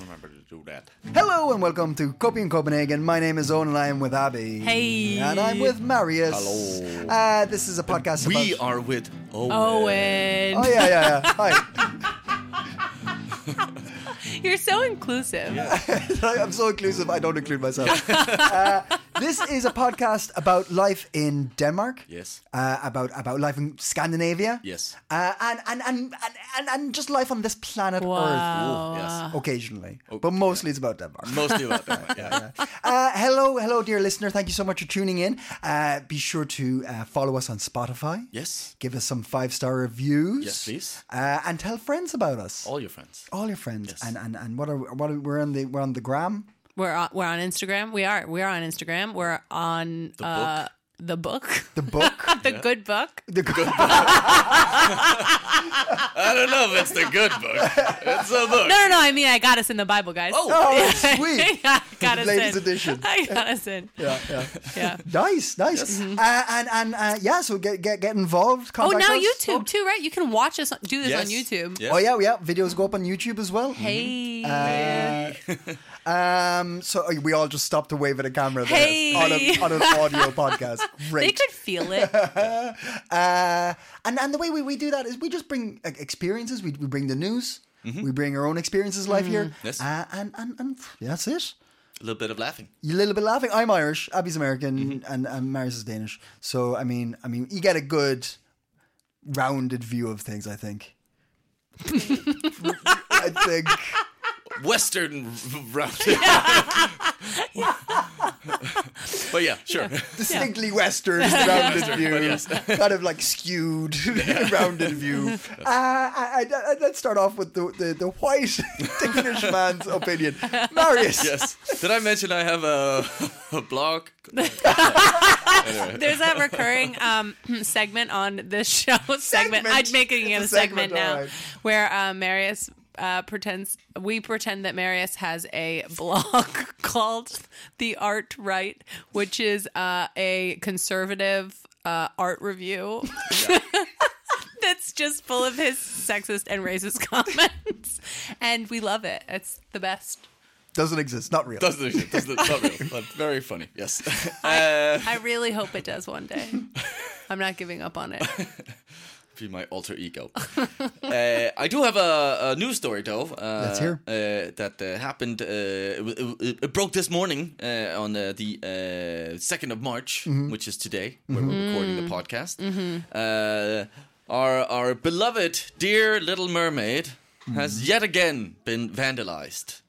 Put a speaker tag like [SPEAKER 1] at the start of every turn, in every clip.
[SPEAKER 1] Remember to do that.
[SPEAKER 2] Hello and welcome to Copy in Copenhagen. My name is Owen and I am with Abby.
[SPEAKER 3] Hey.
[SPEAKER 2] And I'm with Marius.
[SPEAKER 1] Hello.
[SPEAKER 2] Uh, this is a podcast
[SPEAKER 1] We
[SPEAKER 2] about...
[SPEAKER 1] are with Owen.
[SPEAKER 3] Owen.
[SPEAKER 2] Oh, yeah, yeah, yeah. Hi.
[SPEAKER 3] You're so inclusive.
[SPEAKER 2] I'm so inclusive, I don't include myself. uh, this is a podcast about life in Denmark.
[SPEAKER 1] Yes.
[SPEAKER 2] Uh, about about life in Scandinavia.
[SPEAKER 1] Yes.
[SPEAKER 2] Uh, and, and, and, and, and, and just life on this planet
[SPEAKER 3] Wow.
[SPEAKER 1] Ooh, yes.
[SPEAKER 2] Earth. Occasionally. but mostly it's about Denmark.
[SPEAKER 1] Mostly about that one, yeah.
[SPEAKER 2] Uh, hello, hello, dear listener. Thank you so much for tuning in. Uh, be sure to uh, follow us on Spotify.
[SPEAKER 1] Yes.
[SPEAKER 2] Give us some five star reviews.
[SPEAKER 1] Yes, please.
[SPEAKER 2] Uh, and tell friends about us.
[SPEAKER 1] All your friends.
[SPEAKER 2] All your friends. And and and what are what are, we're on the we're on the gram.
[SPEAKER 3] We're on, we're on Instagram. We are. We are on Instagram. We're on
[SPEAKER 1] The
[SPEAKER 3] Uh,
[SPEAKER 1] book.
[SPEAKER 3] the book.
[SPEAKER 2] The book.
[SPEAKER 3] The good book.
[SPEAKER 2] the good.
[SPEAKER 1] I don't know if it's the good book. It's a book.
[SPEAKER 3] No, no, no. I mean, I got us in the Bible, guys.
[SPEAKER 1] Oh,
[SPEAKER 2] Oh, sweet.
[SPEAKER 3] I got us
[SPEAKER 2] Ladies
[SPEAKER 3] in.
[SPEAKER 2] edition.
[SPEAKER 3] I got us in.
[SPEAKER 2] Yeah, yeah.
[SPEAKER 3] Yeah.
[SPEAKER 2] Nice, nice. Uh, and and uh, yeah, so get get get involved.
[SPEAKER 3] Oh,
[SPEAKER 2] Contact
[SPEAKER 3] now
[SPEAKER 2] us.
[SPEAKER 3] YouTube too, right? You can watch us do this on
[SPEAKER 1] Yes.
[SPEAKER 3] YouTube.
[SPEAKER 1] Yeah.
[SPEAKER 2] Oh yeah, yeah. Videos go up on YouTube as well.
[SPEAKER 3] Hey.
[SPEAKER 2] Uh, Um. So uh, we all just stopped to wave at a camera there
[SPEAKER 3] Hey.
[SPEAKER 2] on, a, on an audio podcast.
[SPEAKER 3] they
[SPEAKER 2] Great.
[SPEAKER 3] could feel it.
[SPEAKER 2] Uh, and and the way we, we do that is we just bring uh, experiences. We, we bring the news. We bring our own experiences
[SPEAKER 3] Mm.
[SPEAKER 2] live here.
[SPEAKER 1] Mm-hmm. Yes.
[SPEAKER 2] Uh, and, and and that's it.
[SPEAKER 1] a little bit of laughing.
[SPEAKER 2] You a little bit laughing. I'm Irish. Abby's American, and and Marius is Danish. So I mean, I mean, you get a good rounded view of things. I think. I think.
[SPEAKER 1] Western round. but yeah, sure.
[SPEAKER 2] distinctly Western rounded view, kind of like skewed rounded view. Uh, I, I- I- let's start off with the the, the white Danish man's opinion. Marius,
[SPEAKER 1] Yes. Did I mention I have a, a blog?
[SPEAKER 3] There's that recurring um, segment on this show segment.
[SPEAKER 2] Segment.
[SPEAKER 3] I'd make it
[SPEAKER 2] It's
[SPEAKER 3] a
[SPEAKER 2] a segment,
[SPEAKER 3] segment, now
[SPEAKER 2] alright.
[SPEAKER 3] where uh, Marius uh, pretends we pretend that Marius has a blog called The Art Right, which is uh, a conservative uh, art review. That's just full of his sexist and racist comments, and we love it. It's the best.
[SPEAKER 2] doesn't exist, not real.
[SPEAKER 1] Doesn't exist. Doesn't, not real, but very funny. Yes.
[SPEAKER 3] I really hope it does one day. I'm not giving up on it.
[SPEAKER 1] be my alter ego. uh, I do have a, a news story though. Uh,
[SPEAKER 2] Let's hear.
[SPEAKER 1] Uh, that uh, happened. Uh, it, w- it, it broke this morning uh, on uh, the second of March,
[SPEAKER 2] Mm-hmm.
[SPEAKER 1] which is today, where we're recording the podcast. Uh, our our beloved, dear Little Mermaid
[SPEAKER 2] Mm-hmm.
[SPEAKER 1] has yet again been vandalized.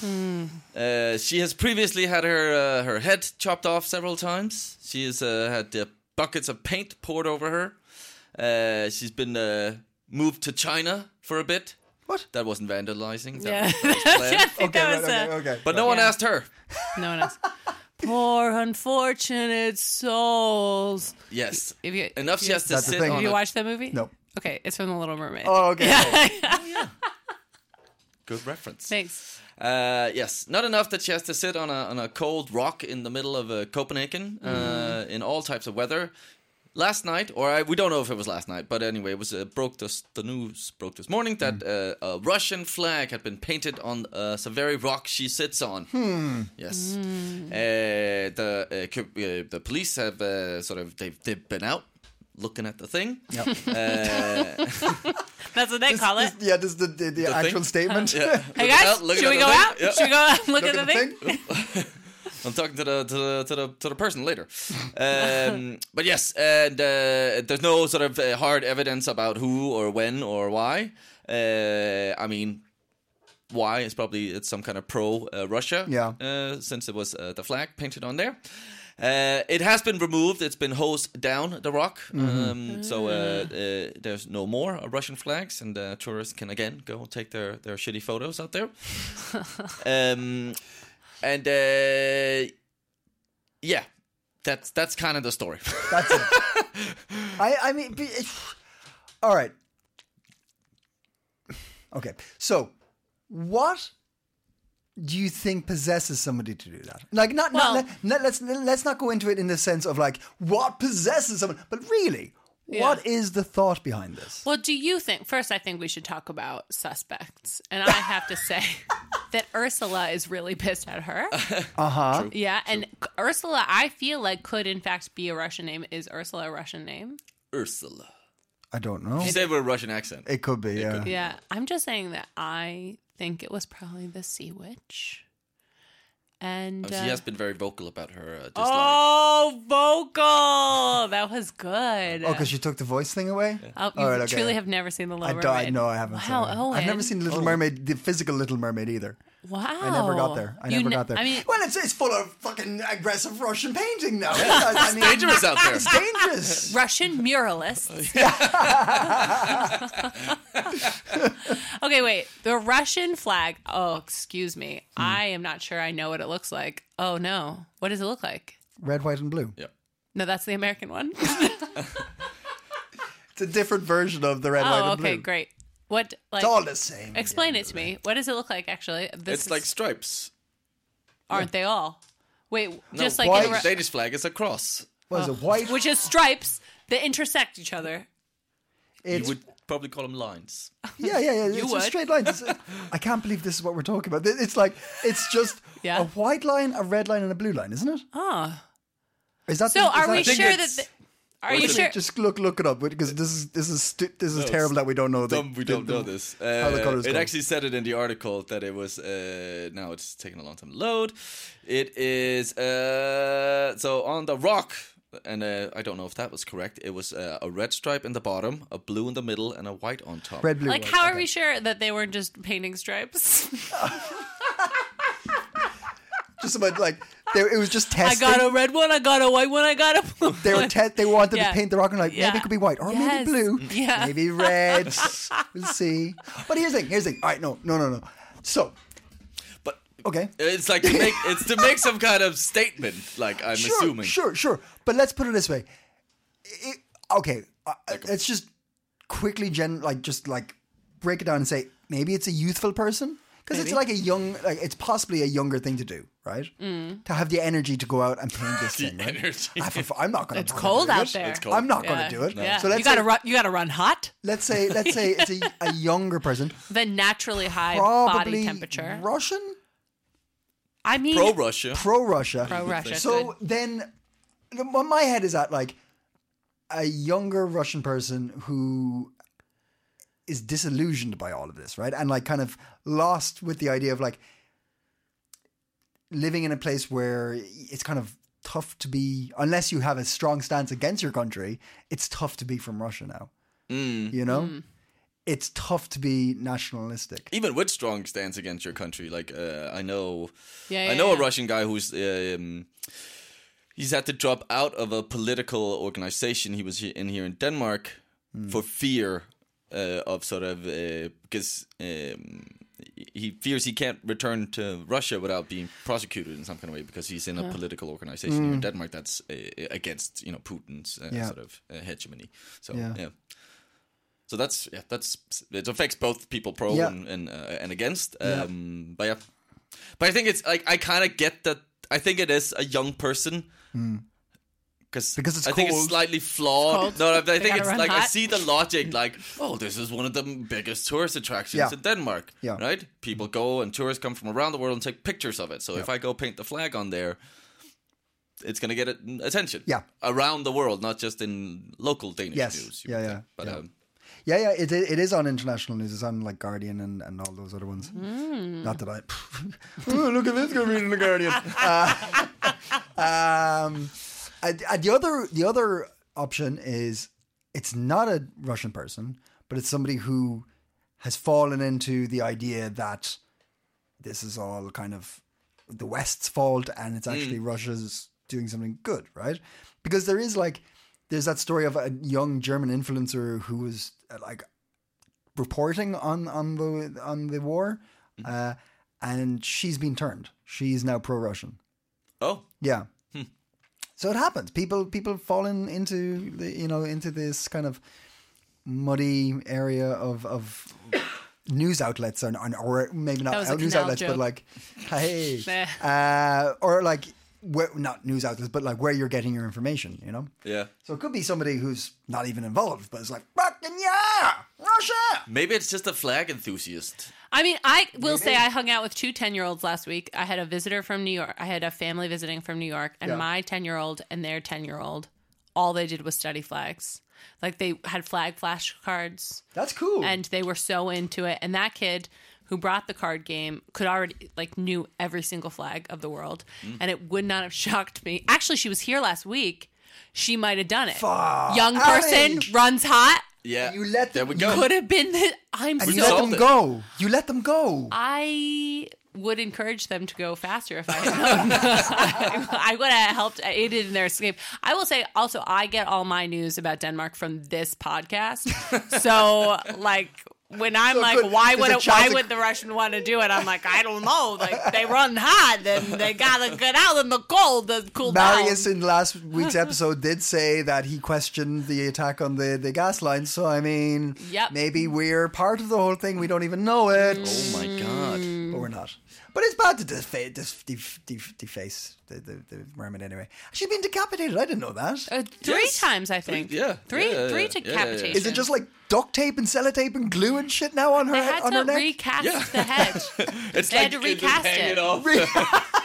[SPEAKER 2] Hmm.
[SPEAKER 1] Uh, she has previously had her uh, her head chopped off several times. She has uh, had uh, buckets of paint poured over her. Uh, she's been uh, moved to China for a bit.
[SPEAKER 2] What?
[SPEAKER 1] That wasn't vandalizing. That
[SPEAKER 3] Yeah.
[SPEAKER 1] was- that was planned.
[SPEAKER 3] okay,
[SPEAKER 2] Okay, right, okay, okay.
[SPEAKER 1] but no one
[SPEAKER 3] Yeah.
[SPEAKER 1] asked her.
[SPEAKER 3] uh, No one else. Poor unfortunate souls.
[SPEAKER 1] Yes.
[SPEAKER 3] If you
[SPEAKER 1] Enough.
[SPEAKER 3] if
[SPEAKER 1] She
[SPEAKER 3] you,
[SPEAKER 1] has to
[SPEAKER 2] That's the
[SPEAKER 1] sit
[SPEAKER 2] thing.
[SPEAKER 1] on
[SPEAKER 3] Have you
[SPEAKER 1] a
[SPEAKER 3] watched that movie?
[SPEAKER 2] No.
[SPEAKER 3] Okay, it's from The Little Mermaid.
[SPEAKER 2] Oh, okay.
[SPEAKER 1] good reference.
[SPEAKER 3] Thanks.
[SPEAKER 1] Uh, yes, not enough that she has to sit on a on a cold rock in the middle of uh, Copenhagen uh, in all types of weather. Last night, or I, we don't know if it was last night, but anyway, it was uh, broke this the news broke this morning that uh, a Russian flag had been painted on uh, the very rock she sits on. Yes, uh, the uh, Ky- uh, the police have uh, sort of they've they've been out looking at the thing. Uh,
[SPEAKER 3] That's what they call it.
[SPEAKER 2] yeah, this is the the, the, actual
[SPEAKER 1] thing?
[SPEAKER 2] statement.
[SPEAKER 1] yeah.
[SPEAKER 3] hey
[SPEAKER 1] Looking
[SPEAKER 3] guys,
[SPEAKER 1] out, looking
[SPEAKER 3] should
[SPEAKER 1] at
[SPEAKER 3] we
[SPEAKER 1] the
[SPEAKER 3] go
[SPEAKER 1] thing.
[SPEAKER 3] out?
[SPEAKER 1] Yeah.
[SPEAKER 3] Should we go out and look,
[SPEAKER 2] Look
[SPEAKER 3] at the thing?
[SPEAKER 1] I'm talking to the to the to the, to the person later. Um, but yes, and uh, there's no sort of uh, hard evidence about who or when or why. Uh, I mean, why is probably it's some kind of pro uh, Russia.
[SPEAKER 2] Yeah.
[SPEAKER 1] Uh, since it was uh, the flag painted on there. Uh, it has been removed. It's been hosed down the rock, um, so uh, uh, there's no more Russian flags, and uh, tourists can again go take their their shitty photos out there. um, and uh, yeah, that's that's kind of the story.
[SPEAKER 2] That's it. I, I mean, be- all right. Okay, so what do you think possesses somebody to do that? Like, not,
[SPEAKER 3] Well-
[SPEAKER 2] not, let, us let's not go into it in the sense of like what possesses someone, but really, what is the thought behind this?
[SPEAKER 3] Well, do you think? First, I think we should talk about suspects. And I have to say that Ursula is really pissed at her.
[SPEAKER 2] Uh huh.
[SPEAKER 3] Yeah. And Ursula, I feel like, could in fact be a Russian name. Is Ursula a Russian name?
[SPEAKER 1] Ursula.
[SPEAKER 2] I don't know.
[SPEAKER 1] She said with a Russian accent.
[SPEAKER 2] It could be, yeah.
[SPEAKER 3] Yeah. I'm just saying that I think it was probably the Sea Witch. And.
[SPEAKER 1] She
[SPEAKER 3] uh,
[SPEAKER 1] has been very vocal about her uh, dislike.
[SPEAKER 3] Oh, vocal! That was good.
[SPEAKER 2] Oh, because she took the voice thing away.
[SPEAKER 3] Oh, you
[SPEAKER 2] All right, okay.
[SPEAKER 3] truly have never seen the Little
[SPEAKER 2] I
[SPEAKER 3] Mermaid.
[SPEAKER 2] died. No, I haven't.
[SPEAKER 3] Wow, oh,
[SPEAKER 2] sorry.
[SPEAKER 3] Owen.
[SPEAKER 2] I've never seen Little Mermaid, the physical Little Mermaid either.
[SPEAKER 3] Wow,
[SPEAKER 2] I never got there. I
[SPEAKER 3] Oh. You
[SPEAKER 2] never
[SPEAKER 3] ne-
[SPEAKER 2] got there.
[SPEAKER 3] I mean,
[SPEAKER 2] well, it's, it's full of fucking aggressive Russian painting now. I mean,
[SPEAKER 1] Dangerous out there.
[SPEAKER 2] It's dangerous.
[SPEAKER 3] Russian muralists. okay, wait. The Russian flag. Oh, excuse me.
[SPEAKER 2] Hmm.
[SPEAKER 3] I am not sure I know what it looks like. Oh no, what does it look like?
[SPEAKER 2] Red, white, and blue.
[SPEAKER 1] Yeah.
[SPEAKER 3] No, that's the American one.
[SPEAKER 2] It's a different version of the red, white,
[SPEAKER 3] oh,
[SPEAKER 2] and
[SPEAKER 3] okay,
[SPEAKER 2] blue.
[SPEAKER 3] great. What? Like,
[SPEAKER 2] It's all the same.
[SPEAKER 3] explain it to me. What does it look like? Actually, this
[SPEAKER 1] It's like
[SPEAKER 3] is-
[SPEAKER 1] stripes.
[SPEAKER 3] aren't they all? Wait,
[SPEAKER 1] No,
[SPEAKER 3] just like
[SPEAKER 2] why-
[SPEAKER 3] in a
[SPEAKER 1] the
[SPEAKER 3] Ru-
[SPEAKER 1] Danish flag is a cross.
[SPEAKER 2] Was it white?
[SPEAKER 3] oh, which is stripes that intersect each other.
[SPEAKER 1] You
[SPEAKER 2] It's,
[SPEAKER 1] would probably call them lines.
[SPEAKER 2] yeah, yeah, yeah. It's
[SPEAKER 3] would.
[SPEAKER 2] just straight lines. It's, I can't believe this is what we're talking about. It's like it's just
[SPEAKER 3] Yeah.
[SPEAKER 2] a white line, a red line, and a blue line, isn't it?
[SPEAKER 3] Oh,
[SPEAKER 2] Is that
[SPEAKER 3] so
[SPEAKER 2] the- is
[SPEAKER 3] are we
[SPEAKER 2] that-
[SPEAKER 3] sure that?
[SPEAKER 1] it's-
[SPEAKER 3] th- are you
[SPEAKER 1] it's
[SPEAKER 3] sure?
[SPEAKER 2] Just look look it up because this is this is stu- this is
[SPEAKER 1] it's
[SPEAKER 2] terrible that we don't know. the-
[SPEAKER 1] Dumb, we
[SPEAKER 2] the-
[SPEAKER 1] don't
[SPEAKER 2] the-
[SPEAKER 1] know this. Uh,
[SPEAKER 2] the colours
[SPEAKER 1] it
[SPEAKER 2] go.
[SPEAKER 1] actually said it in the article that it was. Uh, now it's taking a long time to load. It is uh, so on the rock, and uh, I don't know if that was correct. It was uh, a red stripe in the bottom, a blue in the middle, and a white on top.
[SPEAKER 2] Red, blue.
[SPEAKER 3] Like,
[SPEAKER 2] white.
[SPEAKER 3] how are we sure that they weren't just painting stripes?
[SPEAKER 2] just about like they, it was just testing.
[SPEAKER 3] I got a red one, I got a white one, I got a blue
[SPEAKER 2] they were te- they wanted
[SPEAKER 3] Yeah.
[SPEAKER 2] to paint the rock and like maybe
[SPEAKER 3] Yeah.
[SPEAKER 2] it could be white or
[SPEAKER 3] Yes.
[SPEAKER 2] maybe blue,
[SPEAKER 3] Yeah.
[SPEAKER 2] maybe red. we'll see. But here's the thing. Here's the thing. All right, no, no, no, no. So
[SPEAKER 1] but
[SPEAKER 2] okay,
[SPEAKER 1] it's like to make it's to make some kind of statement. Like I'm
[SPEAKER 2] sure,
[SPEAKER 1] assuming.
[SPEAKER 2] sure, sure. But let's put it this way. It, okay, uh, let's just quickly gen like just like break it down and say maybe it's a youthful person because it's like a young like it's possibly a younger thing to do, right?
[SPEAKER 3] Mm.
[SPEAKER 2] To have the energy to go out and paint this thing. right?
[SPEAKER 1] energy.
[SPEAKER 2] I for- I'm not gonna.
[SPEAKER 3] It's cold out there.
[SPEAKER 1] It's cold.
[SPEAKER 2] I'm not
[SPEAKER 3] Yeah.
[SPEAKER 2] gonna do it.
[SPEAKER 3] Yeah.
[SPEAKER 2] So let's
[SPEAKER 3] you gotta
[SPEAKER 2] say-
[SPEAKER 3] run. You gotta run hot.
[SPEAKER 2] Let's say let's say it's a, a younger person,
[SPEAKER 3] The naturally high
[SPEAKER 2] probably
[SPEAKER 3] body temperature.
[SPEAKER 2] Russian,
[SPEAKER 3] I mean,
[SPEAKER 1] Pro Russia.
[SPEAKER 2] pro Russia,
[SPEAKER 3] Pro Russia,
[SPEAKER 2] So then, the- what my head is at like a younger Russian person who is disillusioned by all of this, right, and like kind of lost with the idea of like living in a place where it's kind of tough to be unless you have a strong stance against your country. It's tough to be from Russia now. You know. It's tough to be nationalistic.
[SPEAKER 1] even with strong stance against your country like uh, i know
[SPEAKER 3] Yeah,
[SPEAKER 1] i
[SPEAKER 3] yeah,
[SPEAKER 1] know a
[SPEAKER 3] yeah.
[SPEAKER 1] russian guy who's um, he's had to drop out of a political organization he was he- in here in denmark
[SPEAKER 2] Hmm.
[SPEAKER 1] for fear uh, of sort of uh, because um, he fears he can't return to Russia without being prosecuted in some kind of way because he's in a political organization here in Denmark that's uh, against you know Putin's uh,
[SPEAKER 2] Hmm. Yeah.
[SPEAKER 1] sort of uh, hegemony. So
[SPEAKER 2] Yeah.
[SPEAKER 1] yeah, so that's yeah, that's it affects both people pro
[SPEAKER 2] Yeah.
[SPEAKER 1] and and, uh, and against. Um, But yeah, but I think it's like I kind of get that. I think it is a young person
[SPEAKER 2] Hmm. Because it's
[SPEAKER 1] I think it's
[SPEAKER 2] cold.
[SPEAKER 1] slightly flawed.
[SPEAKER 3] It's cold.
[SPEAKER 1] no, I, I
[SPEAKER 3] They
[SPEAKER 1] think
[SPEAKER 3] gotta
[SPEAKER 1] it's
[SPEAKER 3] run
[SPEAKER 1] like I
[SPEAKER 3] hot.
[SPEAKER 1] see the logic. Like, oh, this is one of the biggest tourist attractions
[SPEAKER 2] Yeah.
[SPEAKER 1] in Denmark.
[SPEAKER 2] Yeah.
[SPEAKER 1] right. People go and tourists come from around the world and take pictures of it. So if I go paint the flag on there. It's gonna get it- attention,
[SPEAKER 2] Yeah.
[SPEAKER 1] around the world, not just in local Danish
[SPEAKER 2] Yes.
[SPEAKER 1] news.
[SPEAKER 2] Yeah,
[SPEAKER 1] would
[SPEAKER 2] yeah,
[SPEAKER 1] think. but
[SPEAKER 2] yeah.
[SPEAKER 1] Um,
[SPEAKER 2] Yeah, yeah, it, it is on international news. It's on like Guardian and, and all those other ones. Not that I. Ooh, look at this guy reading the Guardian. Uh, um, and- and the other the other option is it's not a Russian person, but it's somebody who has fallen into the idea that this is all kind of the West's fault and it's actually Russia's doing something good, right? Because there is like there's that story of a young German influencer who was uh, like reporting on on the on the war, uh, and she's been turned. She's now pro Russian.
[SPEAKER 1] Oh,
[SPEAKER 2] Yeah.
[SPEAKER 3] Hmm.
[SPEAKER 2] So it happens. People people fall in, into the you know into this kind of muddy area of of news outlets and, and or maybe not
[SPEAKER 3] That was a
[SPEAKER 2] out- news
[SPEAKER 3] canal
[SPEAKER 2] outlets, but
[SPEAKER 3] joke.
[SPEAKER 2] like hey,
[SPEAKER 3] Eh.
[SPEAKER 2] uh, or like where, not news outlets, but like where you're getting your information. You know.
[SPEAKER 1] yeah.
[SPEAKER 2] So it could be somebody who's not even involved, but it's like fucking yeah, Oh, Russia.
[SPEAKER 1] Maybe it's just a flag enthusiast.
[SPEAKER 3] I mean, I will say I hung out with two 10 year olds last week. I had a visitor from New York. I had a family visiting from New York, and
[SPEAKER 2] Yeah.
[SPEAKER 3] my 10 year old and their 10 year old, all they did was study flags. Like they had flag flashcards,
[SPEAKER 2] That's cool.
[SPEAKER 3] and they were so into it. And that kid who brought the card game could already, like, knew every single flag of the world.
[SPEAKER 2] Mm.
[SPEAKER 3] And it would not have shocked me. Actually, she was here last week. She might have done it.
[SPEAKER 2] Fuck,
[SPEAKER 3] Young person
[SPEAKER 2] Ally.
[SPEAKER 3] runs hot.
[SPEAKER 1] Yeah,
[SPEAKER 2] You let
[SPEAKER 1] there
[SPEAKER 2] them-
[SPEAKER 1] we
[SPEAKER 2] you
[SPEAKER 1] go.
[SPEAKER 3] Could have been the. I'm
[SPEAKER 2] and you
[SPEAKER 3] so
[SPEAKER 2] let
[SPEAKER 1] solved
[SPEAKER 2] them
[SPEAKER 1] it.
[SPEAKER 2] go. You let them go.
[SPEAKER 3] I would encourage them to go faster if I had known. I would have helped aided in their escape. I will say also I get all my news about Denmark from this podcast. So like when I'm
[SPEAKER 2] So
[SPEAKER 3] like,
[SPEAKER 2] good.
[SPEAKER 3] why
[SPEAKER 2] There's
[SPEAKER 3] would
[SPEAKER 2] a
[SPEAKER 3] it,
[SPEAKER 2] chance
[SPEAKER 3] why
[SPEAKER 2] it-
[SPEAKER 3] would the Russian want to do it? I'm like, I don't know. Like they run hard and they gotta get out in the cold to cool
[SPEAKER 2] Marius
[SPEAKER 3] down.
[SPEAKER 2] in last week's episode did say that he questioned the attack on the, the gas line. So I mean,
[SPEAKER 3] Yep. Mm.
[SPEAKER 2] maybe we're part of the whole thing. We don't even know it,
[SPEAKER 1] oh my god.
[SPEAKER 2] but we're not. But it's bad to defa- def- def- def- deface the, the, the mermaid anyway. She's been decapitated. I didn't know that.
[SPEAKER 3] Uh, three
[SPEAKER 1] Yes.
[SPEAKER 3] times I think.
[SPEAKER 1] yeah,
[SPEAKER 3] Three
[SPEAKER 1] yeah,
[SPEAKER 3] three
[SPEAKER 1] yeah,
[SPEAKER 3] to
[SPEAKER 1] yeah, yeah.
[SPEAKER 3] decapitation.
[SPEAKER 2] Is it just like duct tape and sellotape and glue and shit now on her
[SPEAKER 3] they had
[SPEAKER 2] on her
[SPEAKER 3] to
[SPEAKER 2] neck?
[SPEAKER 3] recast
[SPEAKER 1] Yeah.
[SPEAKER 3] the head.
[SPEAKER 1] It's
[SPEAKER 3] They
[SPEAKER 1] like
[SPEAKER 3] had to
[SPEAKER 1] you just
[SPEAKER 3] recast
[SPEAKER 1] hang
[SPEAKER 3] it.
[SPEAKER 1] it off.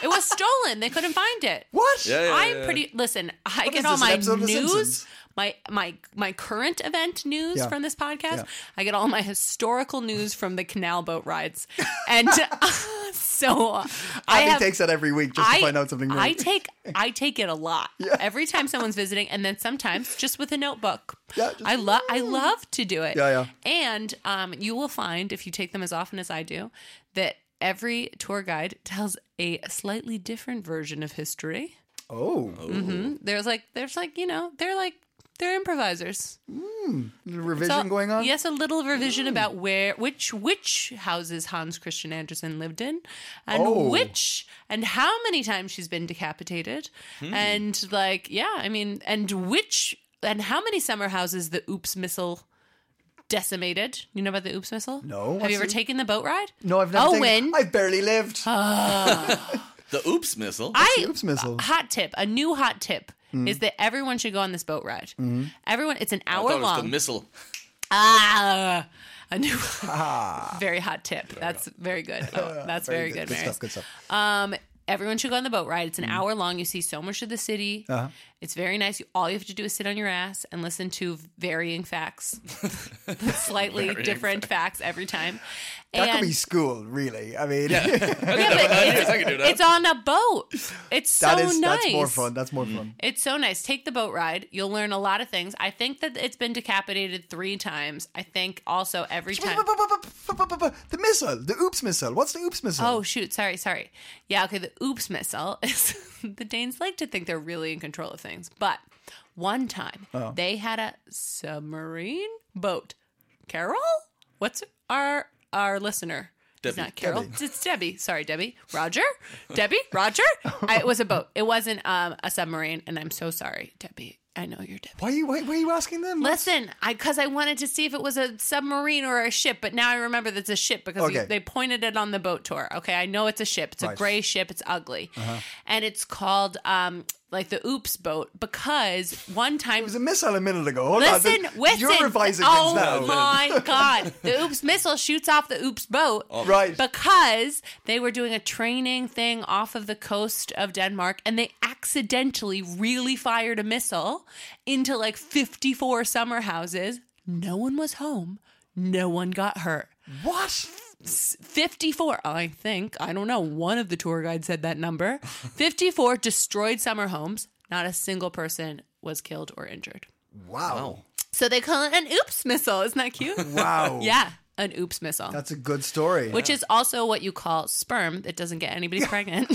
[SPEAKER 3] It was stolen. They couldn't find it.
[SPEAKER 2] what?
[SPEAKER 1] Yeah, yeah,
[SPEAKER 3] I'm
[SPEAKER 1] yeah.
[SPEAKER 3] pretty. Listen, I
[SPEAKER 2] What
[SPEAKER 3] get
[SPEAKER 2] is
[SPEAKER 3] all
[SPEAKER 2] this, an
[SPEAKER 3] my
[SPEAKER 2] episode of The
[SPEAKER 3] news,
[SPEAKER 2] Simpsons?
[SPEAKER 3] my my my current event news
[SPEAKER 2] Yeah.
[SPEAKER 3] from this podcast.
[SPEAKER 2] Yeah.
[SPEAKER 3] I get all my historical news from the canal boat rides, and so uh, I
[SPEAKER 2] Abby
[SPEAKER 3] have.
[SPEAKER 2] takes that every week just
[SPEAKER 3] I,
[SPEAKER 2] to find out something new.
[SPEAKER 3] I take I take it a lot every time someone's visiting, and then sometimes just with a notebook.
[SPEAKER 2] Yeah, just- Mm.
[SPEAKER 3] I love I love to do it.
[SPEAKER 2] Yeah, yeah.
[SPEAKER 3] And um, you will find if you take them as often as I do that every tour guide tells a slightly different version of history.
[SPEAKER 2] oh,
[SPEAKER 3] Mm-hmm. There's like there's like you know they're like they're improvisers.
[SPEAKER 2] little revision
[SPEAKER 3] So-
[SPEAKER 2] going on. Mm.
[SPEAKER 3] Yes, a little revision about where which which houses Hans Christian Andersen lived in, and
[SPEAKER 2] Oh.
[SPEAKER 3] which and how many times she's been decapitated,
[SPEAKER 2] Hmm.
[SPEAKER 3] and like yeah, I mean, and which and how many summer houses the Oops missile. Decimated. You know about the Oops missile?
[SPEAKER 2] No,
[SPEAKER 3] Have
[SPEAKER 2] what's
[SPEAKER 3] you ever
[SPEAKER 2] the-
[SPEAKER 3] taken the boat ride? Oh,
[SPEAKER 2] No, I've never.
[SPEAKER 3] Owen, Oh,
[SPEAKER 2] taken- I've barely lived.
[SPEAKER 1] The oops missile.
[SPEAKER 3] I
[SPEAKER 2] the oops missile?
[SPEAKER 3] a hot tip, a new hot tip is that everyone should go on this boat ride. Everyone, it's an
[SPEAKER 1] I
[SPEAKER 3] hour
[SPEAKER 1] thought it was
[SPEAKER 3] long.
[SPEAKER 1] the missile.
[SPEAKER 3] ah, a new very hot tip. That's very good. Oh, that's very, good,
[SPEAKER 2] Good
[SPEAKER 3] Marius.
[SPEAKER 2] stuff. Good stuff.
[SPEAKER 3] Um, everyone should go on the boat ride. It's an hour long. You see so much of the city. It's very nice. You, all you have to do is sit on your ass and listen to varying facts, slightly different facts. every time.
[SPEAKER 2] That could
[SPEAKER 3] And-
[SPEAKER 2] be school, really. I mean,
[SPEAKER 3] yeah, but it's,
[SPEAKER 1] I can do that.
[SPEAKER 3] it's on a boat. It's so
[SPEAKER 2] that is
[SPEAKER 3] nice.
[SPEAKER 2] that's more fun. That's more fun.
[SPEAKER 3] It's so nice. Take the boat ride. You'll learn a lot of things. I think that it's been decapitated three times. I think also every time.
[SPEAKER 2] The missile, the oops missile. What's the oops missile?
[SPEAKER 3] Oh shoot! Sorry, sorry. Yeah, okay. The oops missile is the Danes like to think they're really in control of things, but one time they had a submarine boat. Carol, what's our our listener? It's
[SPEAKER 1] Debbie.
[SPEAKER 3] not Carol.
[SPEAKER 2] Debbie.
[SPEAKER 3] It's Debbie. Sorry, Debbie. Roger. Debbie. Roger. I, it was a boat. It wasn't um, a submarine, and I'm so sorry, Debbie. I know you're Debbie.
[SPEAKER 2] Why are you why, why are you asking them?
[SPEAKER 3] Listen, I because I wanted to see if it was a submarine or a ship, but now I remember that's a ship because you-
[SPEAKER 2] Okay.
[SPEAKER 3] they pointed it on the boat tour. Okay, I know it's a ship. It's a
[SPEAKER 2] Right.
[SPEAKER 3] gray ship. It's ugly, and it's called um like the Oops boat because one time
[SPEAKER 2] It was a missile a minute ago. Hold
[SPEAKER 3] listen,
[SPEAKER 2] on.
[SPEAKER 3] listen,
[SPEAKER 2] You're revising
[SPEAKER 3] oh
[SPEAKER 2] things now.
[SPEAKER 3] my god, the Oops missile shoots off the Oops boat
[SPEAKER 2] Oh. Right.
[SPEAKER 3] because they were doing a training thing off of the coast of Denmark and they accidentally really fired a missile into like 54 summer houses. No one was home. No one got hurt.
[SPEAKER 2] what?
[SPEAKER 3] 54, I think, I don't know, one of the tour guides said that number. 54 destroyed summer homes. Not a single person was killed or injured.
[SPEAKER 2] Wow.
[SPEAKER 3] So they call it an oops missile. Isn't that cute?
[SPEAKER 2] Wow.
[SPEAKER 3] Yeah, an oops missile
[SPEAKER 2] That's a good story.
[SPEAKER 3] which is also what you call sperm that doesn't get anybody pregnant.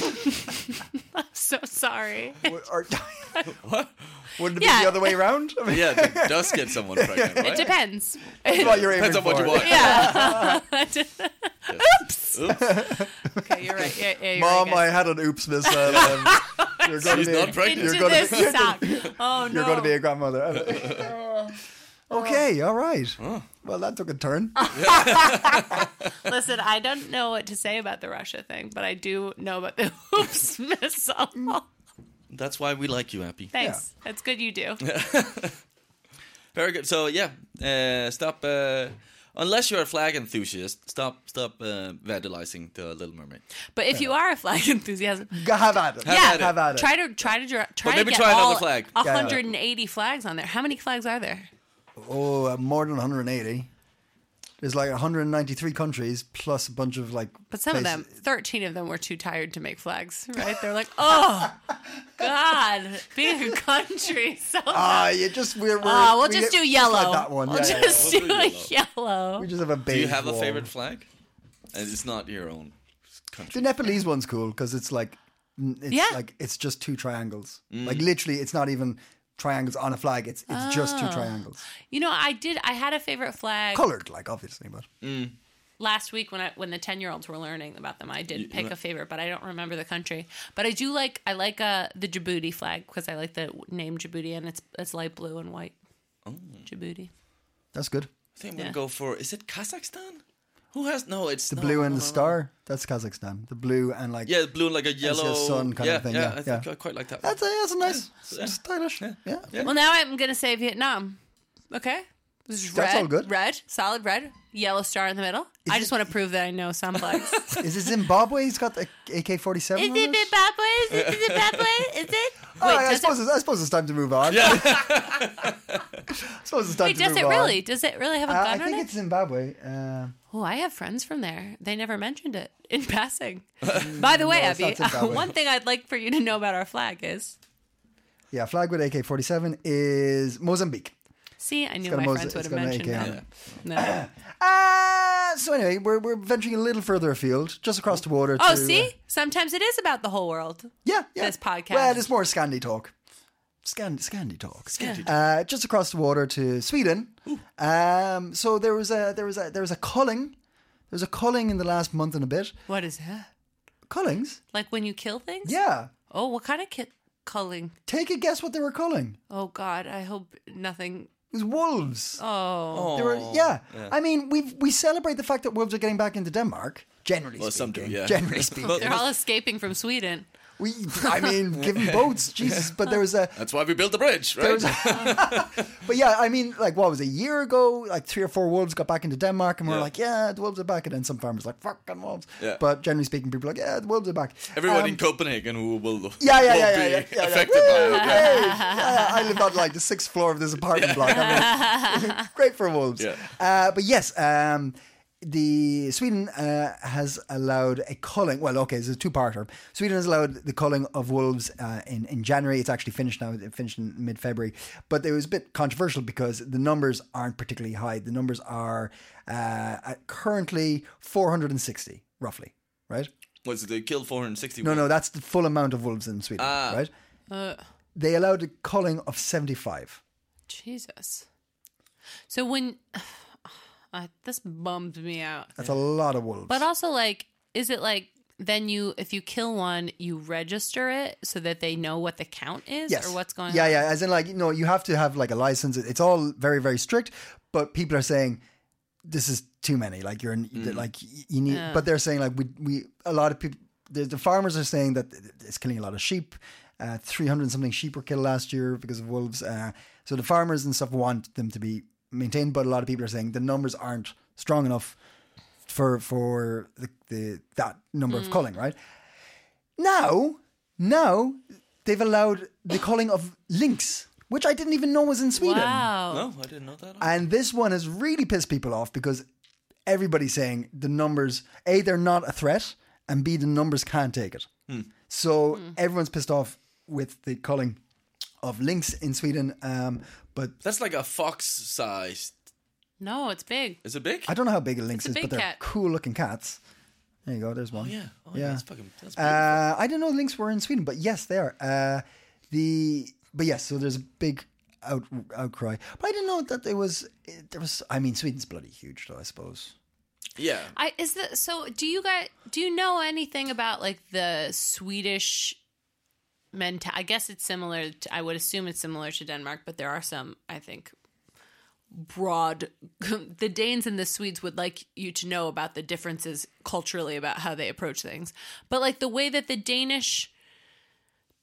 [SPEAKER 3] I'm so sorry.
[SPEAKER 2] Would- Or,
[SPEAKER 1] What?
[SPEAKER 2] wouldn't it be
[SPEAKER 3] Yeah.
[SPEAKER 2] the other way around? I mean,
[SPEAKER 1] Yeah, that does get someone pregnant, right?
[SPEAKER 3] It depends.
[SPEAKER 2] that's what you're aiming
[SPEAKER 1] Depends on what
[SPEAKER 2] for.
[SPEAKER 1] you want.
[SPEAKER 3] yeah.
[SPEAKER 1] Oops.
[SPEAKER 3] okay, you're right. Yeah, yeah, you're
[SPEAKER 2] Mom, I
[SPEAKER 3] right,
[SPEAKER 2] had an oops miss. uh, um, you're going
[SPEAKER 1] She's
[SPEAKER 2] to
[SPEAKER 1] not
[SPEAKER 2] be,
[SPEAKER 3] guys.
[SPEAKER 1] pregnant.
[SPEAKER 3] into
[SPEAKER 2] you're gonna-
[SPEAKER 3] this sock. Oh no.
[SPEAKER 2] you're going to be a grandmother. okay, all right. Well, that took a turn.
[SPEAKER 3] Ah. Listen, I don't know what to say about the Russia thing, but I do know about the hoops
[SPEAKER 2] Mm.
[SPEAKER 3] missile.
[SPEAKER 1] That's why we like you, Appy.
[SPEAKER 3] Thanks. That's good you do.
[SPEAKER 1] Very good. So yeah, uh, stop. Uh, unless you're a flag enthusiast, stop stop uh, vandalizing the Little Mermaid.
[SPEAKER 3] But if you are a flag enthusiast,
[SPEAKER 2] Go have at it.
[SPEAKER 1] Have
[SPEAKER 3] yeah,
[SPEAKER 1] at it.
[SPEAKER 2] Have at it.
[SPEAKER 3] try to try to draw, try
[SPEAKER 1] maybe
[SPEAKER 3] to get
[SPEAKER 1] try another
[SPEAKER 3] all
[SPEAKER 1] flag. Yeah,
[SPEAKER 2] yeah.
[SPEAKER 3] 180 flags on there. How many flags are there?
[SPEAKER 2] Oh, uh, more than 180. There's like 193 countries plus a bunch of like.
[SPEAKER 3] But some of them,
[SPEAKER 2] places-
[SPEAKER 3] 13 of them were too tired to make flags, right? They're like, "Oh god, being a country so
[SPEAKER 2] Ah, you just we're. we're
[SPEAKER 3] Oh, we'll
[SPEAKER 2] we-
[SPEAKER 3] just
[SPEAKER 2] we
[SPEAKER 3] do yellow.
[SPEAKER 2] like that one.
[SPEAKER 3] We'll
[SPEAKER 2] yeah, yeah, yeah.
[SPEAKER 3] just
[SPEAKER 1] We'll do
[SPEAKER 3] do a yellow.
[SPEAKER 2] We just have a beige.
[SPEAKER 1] Do you have a
[SPEAKER 2] wall.
[SPEAKER 1] favorite flag? And it's not your own country.
[SPEAKER 2] The Nepalese one's cool because it's like, mm, it's
[SPEAKER 3] Yeah. Mm.
[SPEAKER 2] like it's just two triangles. Like literally, it's not even triangles on a flag. It's it's just
[SPEAKER 3] Ah.
[SPEAKER 2] two triangles,
[SPEAKER 3] You know, I did. I had a favorite flag
[SPEAKER 2] colored like obviously, but
[SPEAKER 3] Mm. last week when I when the ten year olds were learning about them. I did pick
[SPEAKER 1] right.
[SPEAKER 3] a favorite, but I don't remember the country. But I do like I like uh, the Djibouti flag because I like the name Djibouti and it's it's light blue and white.
[SPEAKER 2] Oh.
[SPEAKER 3] Djibouti.
[SPEAKER 2] that's good.
[SPEAKER 1] I think I'm gonna
[SPEAKER 3] Yeah.
[SPEAKER 1] go for. Is it Kazakhstan? Who has no? It's
[SPEAKER 2] The blue and the star. That's Kazakhstan. The blue and like
[SPEAKER 1] Yeah, blue and like a yellow
[SPEAKER 2] sun kind
[SPEAKER 1] yeah,
[SPEAKER 2] of thing,
[SPEAKER 1] Yeah,
[SPEAKER 2] yeah,
[SPEAKER 1] I think
[SPEAKER 2] yeah.
[SPEAKER 1] I quite like that. one.
[SPEAKER 2] That's a, that's a nice, stylish. Yeah,
[SPEAKER 3] Well, now I'm gonna say Vietnam. Okay. This is
[SPEAKER 2] That's
[SPEAKER 3] red,
[SPEAKER 2] all good.
[SPEAKER 3] Red, solid red, yellow star in the middle. I just want to prove that I know some flags.
[SPEAKER 2] Is
[SPEAKER 3] is
[SPEAKER 2] it Zimbabwe? He's got the AK forty-seven.
[SPEAKER 3] it Zimbabwe? Is it Zimbabwe? Is it? Wait,
[SPEAKER 2] Oh, I,
[SPEAKER 3] does
[SPEAKER 2] suppose
[SPEAKER 3] it,
[SPEAKER 2] it's, I suppose it's time to move on. Yeah. I suppose it's time
[SPEAKER 3] wait,
[SPEAKER 2] to move
[SPEAKER 3] does it
[SPEAKER 2] on.
[SPEAKER 3] really? Does it really have a
[SPEAKER 2] Uh,
[SPEAKER 3] gun
[SPEAKER 2] I
[SPEAKER 3] on
[SPEAKER 2] think
[SPEAKER 3] it?
[SPEAKER 2] it's Zimbabwe. Uh,
[SPEAKER 3] Oh, I have friends from there. They never mentioned it in passing. By the way,
[SPEAKER 2] No, it's
[SPEAKER 3] Abby,
[SPEAKER 2] not so bad.
[SPEAKER 3] one thing I'd like for you to know about our flag is
[SPEAKER 2] yeah, flag with AK forty seven is Mozambique.
[SPEAKER 3] see, I knew
[SPEAKER 2] got a
[SPEAKER 3] my
[SPEAKER 2] Mose-
[SPEAKER 3] friends would
[SPEAKER 2] it's got
[SPEAKER 3] have
[SPEAKER 2] an
[SPEAKER 3] mentioned
[SPEAKER 2] AK on
[SPEAKER 3] that.
[SPEAKER 2] it.
[SPEAKER 3] No.
[SPEAKER 2] Uh, so anyway, we're, we're venturing a little further afield, just across the water.
[SPEAKER 3] Oh,
[SPEAKER 2] to, uh,
[SPEAKER 3] see, sometimes it is about the whole world.
[SPEAKER 2] yeah, yeah.
[SPEAKER 3] this podcast.
[SPEAKER 2] Well, it's more Scandi talk. Scandi, Scandi talk.
[SPEAKER 1] Scandi
[SPEAKER 2] Uh, just across the water to Sweden. Um, so there was a there was a there was a culling. There was a culling in the last month and a bit.
[SPEAKER 3] What is that?
[SPEAKER 2] Cullings.
[SPEAKER 3] Like when you kill things?
[SPEAKER 2] Yeah.
[SPEAKER 3] Oh, what kind of ki- culling?
[SPEAKER 2] Take a guess what they were culling.
[SPEAKER 3] Oh God, I hope nothing.
[SPEAKER 2] It was wolves.
[SPEAKER 3] Oh,
[SPEAKER 2] They were, yeah. I mean, we we celebrate the fact that wolves are getting back into Denmark. Generally
[SPEAKER 1] Well, some
[SPEAKER 2] speaking,
[SPEAKER 1] do, yeah.
[SPEAKER 2] generally speaking,
[SPEAKER 3] they're all escaping from Sweden.
[SPEAKER 2] we. I mean, given boats, Jesus. But there was a,
[SPEAKER 1] That's why we built the bridge,
[SPEAKER 2] there
[SPEAKER 1] right?
[SPEAKER 2] was a but yeah, I mean, like what was it, a year ago? Like three or four wolves got back into Denmark, and we are
[SPEAKER 1] Yeah.
[SPEAKER 2] like, yeah, the wolves are back, and then some farmers like, fucking wolves.
[SPEAKER 1] Yeah.
[SPEAKER 2] But generally speaking, people are like, yeah, the wolves are back.
[SPEAKER 1] Everyone
[SPEAKER 2] Um,
[SPEAKER 1] in Copenhagen who will,
[SPEAKER 2] yeah, yeah,
[SPEAKER 1] will
[SPEAKER 2] yeah,
[SPEAKER 1] be
[SPEAKER 2] yeah, yeah, yeah, yeah.
[SPEAKER 1] affected
[SPEAKER 2] Woo,
[SPEAKER 1] by it. Yeah.
[SPEAKER 2] great. Yeah, I live on like the sixth floor of this apartment block. I'm like, great for wolves.
[SPEAKER 1] Yeah.
[SPEAKER 2] Uh, but yes, um, the Sweden uh, has allowed a culling. Well, okay, it's a two-parter. Sweden has allowed the culling of wolves uh, in in January. It's actually finished now. It finished in mid-February, but it was a bit controversial because the numbers aren't particularly high. The numbers are uh, at currently 460, roughly. Right?
[SPEAKER 1] Was it they killed 460?
[SPEAKER 2] No, no, that's the full amount of wolves in Sweden. Right?
[SPEAKER 3] Uh,
[SPEAKER 2] they allowed a culling of 75.
[SPEAKER 3] Jesus. So when uh, this bums me out,
[SPEAKER 2] That's a lot of wolves.
[SPEAKER 3] but also like, is it like then you if you kill one, you register it so that they know what the count is
[SPEAKER 2] yes.
[SPEAKER 3] or what's going
[SPEAKER 2] yeah,
[SPEAKER 3] on?
[SPEAKER 2] Yeah, As in, like, you know, you have to have like a license. It's all very, very strict, but people are saying this is too many. Like, you're in, like, y- you need, but they're saying, like, we, we, a lot of people, the, the farmers are saying that it's killing a lot of sheep. Uh, 300 and something sheep were killed last year because of wolves. Uh, so the farmers and stuff want them to be maintained, but a lot of people are saying the numbers aren't strong enough for for the, the that number
[SPEAKER 3] Mm.
[SPEAKER 2] of culling, right? Now, now they've allowed the culling of lynx, which I didn't even know was in Sweden.
[SPEAKER 3] Wow.
[SPEAKER 1] No, I didn't know that.
[SPEAKER 2] And this one has really pissed people off because everybody's saying the numbers a they're not a threat, and b the numbers can't take it.
[SPEAKER 1] Hmm.
[SPEAKER 2] So
[SPEAKER 3] Hmm.
[SPEAKER 2] everyone's pissed off with the culling of lynx in Sweden. Um, but
[SPEAKER 1] That's like a fox sized.
[SPEAKER 3] No, it's big.
[SPEAKER 1] Is it big?
[SPEAKER 2] I don't know how big a lynx
[SPEAKER 3] It's a
[SPEAKER 2] is, but
[SPEAKER 3] big
[SPEAKER 2] they're
[SPEAKER 3] cat.
[SPEAKER 2] cool looking cats. There you go. There's one.
[SPEAKER 1] yeah. Oh, yeah.
[SPEAKER 2] yeah.
[SPEAKER 1] That's fucking. That's beautiful.
[SPEAKER 2] Uh, I didn't know links were in Sweden, but yes, they are. Uh, the but yes, so there's a big out, outcry. But I didn't know that there was there was. I mean, Sweden's bloody huge, though. I suppose.
[SPEAKER 1] yeah.
[SPEAKER 3] I is the so do you guys do you know anything about like the Swedish mental I guess it's similar to, I would assume it's similar to Denmark but there are some I think broad the Danes and the Swedes would like you to know about the differences culturally about how they approach things but like the way that the Danish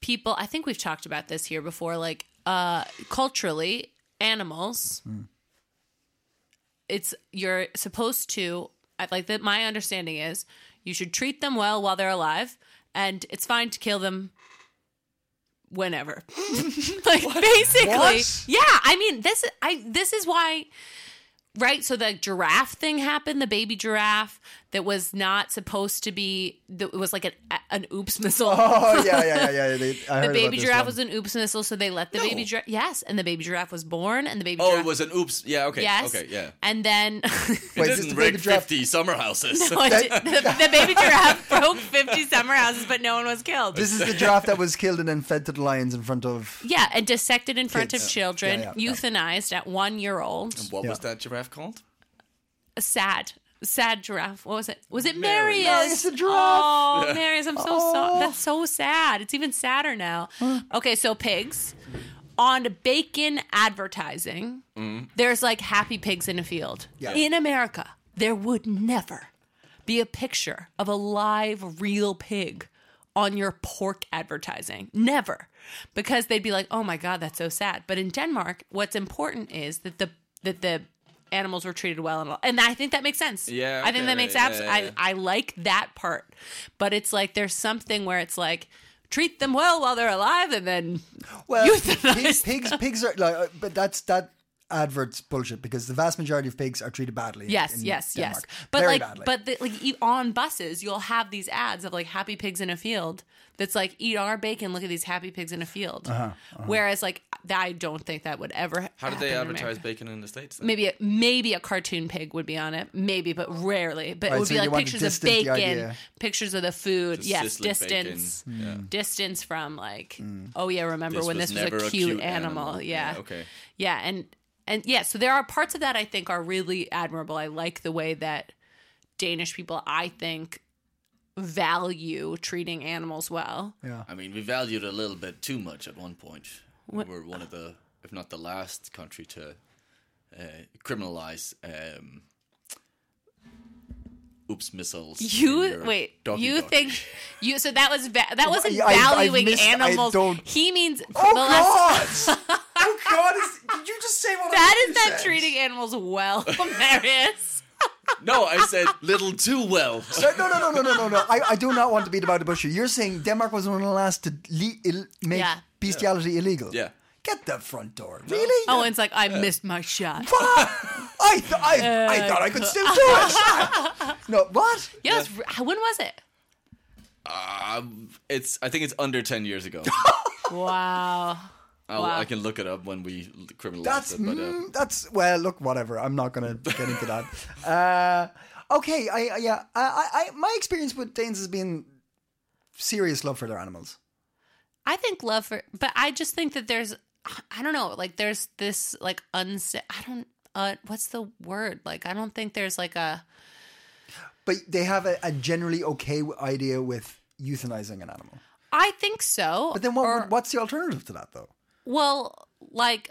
[SPEAKER 3] people I think we've talked about this here before like uh culturally animals it's you're supposed to I like that my understanding is you should treat them well while they're alive and it's fine to kill them whenever like basically
[SPEAKER 2] What?
[SPEAKER 3] yeah i mean this i this is why right so the giraffe thing happened the baby giraffe that was not supposed to be that was like an an oops missile
[SPEAKER 2] Oh yeah, yeah, yeah, yeah. They, I
[SPEAKER 3] the
[SPEAKER 2] heard about
[SPEAKER 3] baby
[SPEAKER 2] this
[SPEAKER 3] giraffe
[SPEAKER 2] one.
[SPEAKER 3] was an oops missile so they let the baby giraffe yes and the baby giraffe was born and the baby
[SPEAKER 1] Oh,
[SPEAKER 3] giraffe
[SPEAKER 1] it was an oops. Yeah. Okay.
[SPEAKER 3] yes
[SPEAKER 1] Okay. Yeah.
[SPEAKER 3] and then
[SPEAKER 1] It
[SPEAKER 2] Wait, is this
[SPEAKER 1] didn't
[SPEAKER 2] the baby
[SPEAKER 1] break
[SPEAKER 2] giraffe-
[SPEAKER 1] fifty summer houses.
[SPEAKER 3] No, I didn't. the, the baby giraffe broke 50 summer houses, but no one was killed.
[SPEAKER 2] This is the giraffe that was killed and then fed to the lions in front of.
[SPEAKER 3] yeah, and dissected in front
[SPEAKER 2] Kids.
[SPEAKER 3] of children,
[SPEAKER 2] Yeah, yeah, yeah.
[SPEAKER 3] euthanized at one year old.
[SPEAKER 1] What was
[SPEAKER 2] Yeah.
[SPEAKER 1] that giraffe called?
[SPEAKER 3] A sad, sad giraffe. What was it? Was it
[SPEAKER 1] Marius.
[SPEAKER 3] Marius?
[SPEAKER 2] Oh, it's a giraffe.
[SPEAKER 3] Oh, Marius, I'm so
[SPEAKER 2] Oh.
[SPEAKER 3] sorry. That's so sad. It's even sadder now. okay, so pigs. On bacon advertising, there's like happy pigs in a field.
[SPEAKER 2] Yeah.
[SPEAKER 3] In America, there would never be a picture of a live, real pig on your pork advertising. Never. Because they'd be like, oh my God, that's so sad. But in Denmark, what's important is that the that the animals were treated well and all. And I think that makes sense.
[SPEAKER 1] Yeah,
[SPEAKER 3] I think
[SPEAKER 1] okay,
[SPEAKER 3] that makes
[SPEAKER 1] yeah,
[SPEAKER 3] abs-
[SPEAKER 1] yeah, yeah.
[SPEAKER 3] I, I like that part. But it's like there's something where it's like treat them well while they're alive and then
[SPEAKER 2] Well,
[SPEAKER 3] Euthanized
[SPEAKER 2] pigs, pigs, pigs are like, uh, but that's that advert's bullshit because the vast majority of pigs are treated badly. in-
[SPEAKER 3] yes,
[SPEAKER 2] in
[SPEAKER 3] yes,
[SPEAKER 2] Denmark.
[SPEAKER 3] yes. But
[SPEAKER 2] Very
[SPEAKER 3] like
[SPEAKER 2] badly.
[SPEAKER 3] but the, like e- on buses you'll have these ads of like happy pigs in a field that's like eat our bacon look at these happy pigs in a field.
[SPEAKER 2] Uh-huh,
[SPEAKER 3] Whereas like I don't think that would ever
[SPEAKER 1] How did they
[SPEAKER 3] happen in
[SPEAKER 1] advertise
[SPEAKER 3] America.
[SPEAKER 1] bacon in the states? Then?
[SPEAKER 3] Maybe a, maybe a cartoon pig would be on it, maybe, but rarely. But
[SPEAKER 2] Right,
[SPEAKER 3] it would
[SPEAKER 2] so
[SPEAKER 3] be
[SPEAKER 2] you
[SPEAKER 3] like
[SPEAKER 2] want to
[SPEAKER 3] pictures of
[SPEAKER 2] distance the
[SPEAKER 3] bacon,
[SPEAKER 2] idea. Hmm.
[SPEAKER 3] pictures of the food.
[SPEAKER 1] Just
[SPEAKER 3] yes,
[SPEAKER 1] sizzling bacon.
[SPEAKER 3] distance.
[SPEAKER 1] Yeah.
[SPEAKER 3] distance from like oh yeah remember
[SPEAKER 1] This
[SPEAKER 3] when
[SPEAKER 1] was
[SPEAKER 3] this was a
[SPEAKER 1] never
[SPEAKER 3] cute, animal, Yeah.
[SPEAKER 1] Okay.
[SPEAKER 3] yeah and and yeah so there are parts of that i think are really admirable i like the way that danish people i think value treating animals well
[SPEAKER 2] yeah.
[SPEAKER 1] I mean, we valued a little bit too much at one point. We were one of the, if not the last country to uh, criminalize um, oops missiles. in
[SPEAKER 3] you
[SPEAKER 1] your
[SPEAKER 3] wait
[SPEAKER 1] doggy
[SPEAKER 3] you
[SPEAKER 1] dog.
[SPEAKER 3] think you so that was va- that wasn't
[SPEAKER 2] I- I- I
[SPEAKER 3] valuing
[SPEAKER 2] missed- I
[SPEAKER 3] animals
[SPEAKER 2] don't-
[SPEAKER 3] he means
[SPEAKER 2] Oh
[SPEAKER 3] the last-
[SPEAKER 2] God! oh God! Is, did you just say what?
[SPEAKER 3] that
[SPEAKER 2] I
[SPEAKER 3] is not
[SPEAKER 2] said?
[SPEAKER 3] treating animals well marius
[SPEAKER 1] No, I said little too well.
[SPEAKER 2] Uh, No, no, no, no, no, no, no, no. I, I do not want to beat about the bush. here. You're saying Denmark was one of the last to le- il- make
[SPEAKER 3] Yeah.
[SPEAKER 2] bestiality illegal.
[SPEAKER 1] Yeah.
[SPEAKER 2] Get the front door. Really?
[SPEAKER 3] oh and it's like i missed my
[SPEAKER 2] I,
[SPEAKER 3] shot
[SPEAKER 2] th- I,
[SPEAKER 3] Uh,
[SPEAKER 2] I thought I could still do it. no, what?
[SPEAKER 3] yes yeah. when was it
[SPEAKER 1] Um, it's. I think it's under ten years ago.
[SPEAKER 3] wow
[SPEAKER 1] I'll,
[SPEAKER 3] Wow.
[SPEAKER 1] I can look it up when we criminalize
[SPEAKER 2] That's
[SPEAKER 1] it. But, uh,
[SPEAKER 2] mm, that's well. Look, whatever. I'm not gonna get into that. Uh, okay. I I- yeah. I, I I my experience with Danes has been serious love for their animals.
[SPEAKER 3] I think love for, but I just think that there's, I don't know, like there's this like unsaid, I don't, uh, what's the word? Like, I don't think there's like a,
[SPEAKER 2] But they have a, a generally okay idea with euthanizing an animal.
[SPEAKER 3] I think so.
[SPEAKER 2] But then what,
[SPEAKER 3] Or-
[SPEAKER 2] would what's the alternative to that though?
[SPEAKER 3] well, like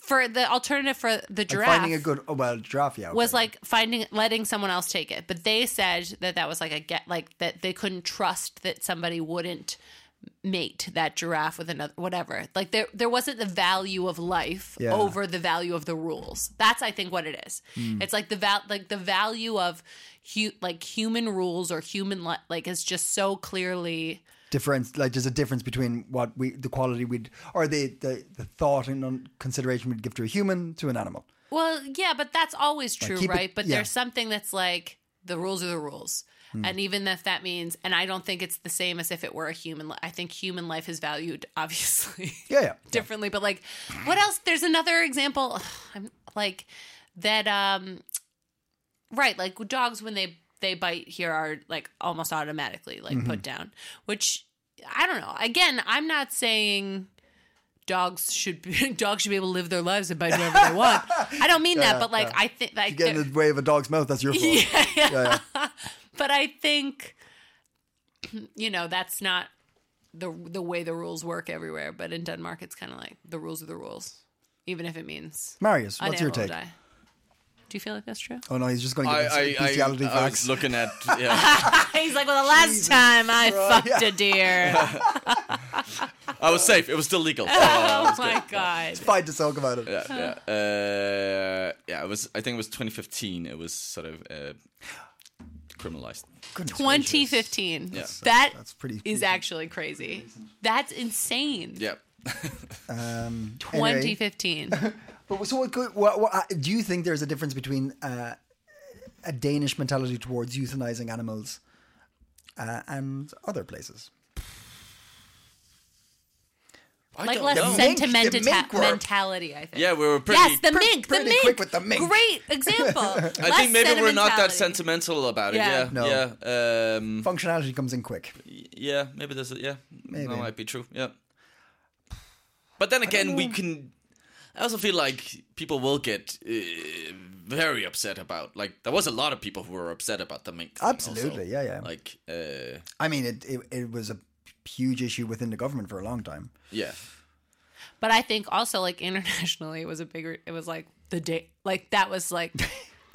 [SPEAKER 3] for the alternative for the
[SPEAKER 2] Like
[SPEAKER 3] giraffe
[SPEAKER 2] finding a good oh, well giraffe yeah okay.
[SPEAKER 3] was like finding, letting someone else take it. But they said that that was like a get, like that they couldn't trust that somebody wouldn't mate that giraffe with another whatever like there there wasn't the value of life
[SPEAKER 2] Yeah.
[SPEAKER 3] over the value of the rules that's i think what it is
[SPEAKER 2] Hmm.
[SPEAKER 3] it's like the val like the value of hu- like human rules or human li- like is just so clearly
[SPEAKER 2] difference like there's a difference between what we the quality we'd or the the, the thought and un- consideration we'd give to a human to an animal.
[SPEAKER 3] well yeah but that's always true
[SPEAKER 2] keep it-
[SPEAKER 3] right but
[SPEAKER 2] yeah. Hmm.
[SPEAKER 3] there's something that's like the rules are the rules and even if that means and i don't think it's the same as if it were a human li- i think human life is valued obviously
[SPEAKER 2] Yeah, yeah.
[SPEAKER 3] differently but like what else there's another example i'm like that um right like dogs when they they bite here are like almost automatically like put
[SPEAKER 2] Mm-hmm.
[SPEAKER 3] down, which I don't know. Again, I'm not saying dogs should be, dogs should be able to live their lives and bite whoever they want. I don't mean that, but like I think like
[SPEAKER 2] You get in the way of a dog's mouth, that's your fault.
[SPEAKER 3] yeah,
[SPEAKER 2] yeah.
[SPEAKER 3] but I think you know that's not the the way the rules work everywhere. But in Denmark, it's kind of like the rules are the rules, even if it means
[SPEAKER 2] Marius,
[SPEAKER 3] an
[SPEAKER 2] what's your
[SPEAKER 3] animal will
[SPEAKER 2] take?
[SPEAKER 3] die. Do you feel like that's true?
[SPEAKER 2] Oh no, he's just going to give
[SPEAKER 1] I,
[SPEAKER 2] us
[SPEAKER 1] I,
[SPEAKER 2] bestiality
[SPEAKER 1] I, I was
[SPEAKER 2] facts.
[SPEAKER 1] looking at. Yeah,
[SPEAKER 3] He's like, well, the last time I fucked a deer.
[SPEAKER 1] I was safe. It was still legal. Uh,
[SPEAKER 3] oh my god.
[SPEAKER 2] Fine to talk about it.
[SPEAKER 1] yeah, yeah. Uh, yeah, it was. I think it was 2015. It was sort of uh, criminalized.
[SPEAKER 2] Goodness gracious.
[SPEAKER 3] 2015.
[SPEAKER 1] Yeah.
[SPEAKER 3] That
[SPEAKER 2] That's pretty.
[SPEAKER 3] is actually crazy. That's insane.
[SPEAKER 1] Yeah,
[SPEAKER 2] Um, anyway,
[SPEAKER 3] 2015.
[SPEAKER 2] but so what, could- what, what, uh, do you think there's a difference between uh, a Danish mentality towards euthanizing animals uh, and other places?
[SPEAKER 1] I
[SPEAKER 3] like
[SPEAKER 1] don't
[SPEAKER 3] less
[SPEAKER 1] know.
[SPEAKER 2] mink-
[SPEAKER 3] sentimental
[SPEAKER 2] the mink were-
[SPEAKER 3] mentality, I think.
[SPEAKER 1] Yeah, we were pretty.
[SPEAKER 3] Yes, the
[SPEAKER 2] Pre-
[SPEAKER 3] mink. The
[SPEAKER 2] pretty
[SPEAKER 3] mink.
[SPEAKER 2] quick with the mink.
[SPEAKER 3] Great example.
[SPEAKER 1] I think maybe we're not that sentimental about it.
[SPEAKER 3] Yeah.
[SPEAKER 1] Yeah,
[SPEAKER 2] No.
[SPEAKER 1] yeah, um,
[SPEAKER 2] Functionality comes in quick.
[SPEAKER 1] yeah. Maybe that's yeah.
[SPEAKER 2] Maybe.
[SPEAKER 1] That might be true. Yeah. But then again, we can. I also feel like people will get uh, very upset about. Like there was a lot of people who were upset about the mink. thing also.
[SPEAKER 2] Absolutely, yeah, yeah.
[SPEAKER 1] Like, uh,
[SPEAKER 2] I mean, it, it it was a huge issue within the government for a long time.
[SPEAKER 1] yeah.
[SPEAKER 3] But I think also like internationally, it was a bigger. It was like the day, like that was like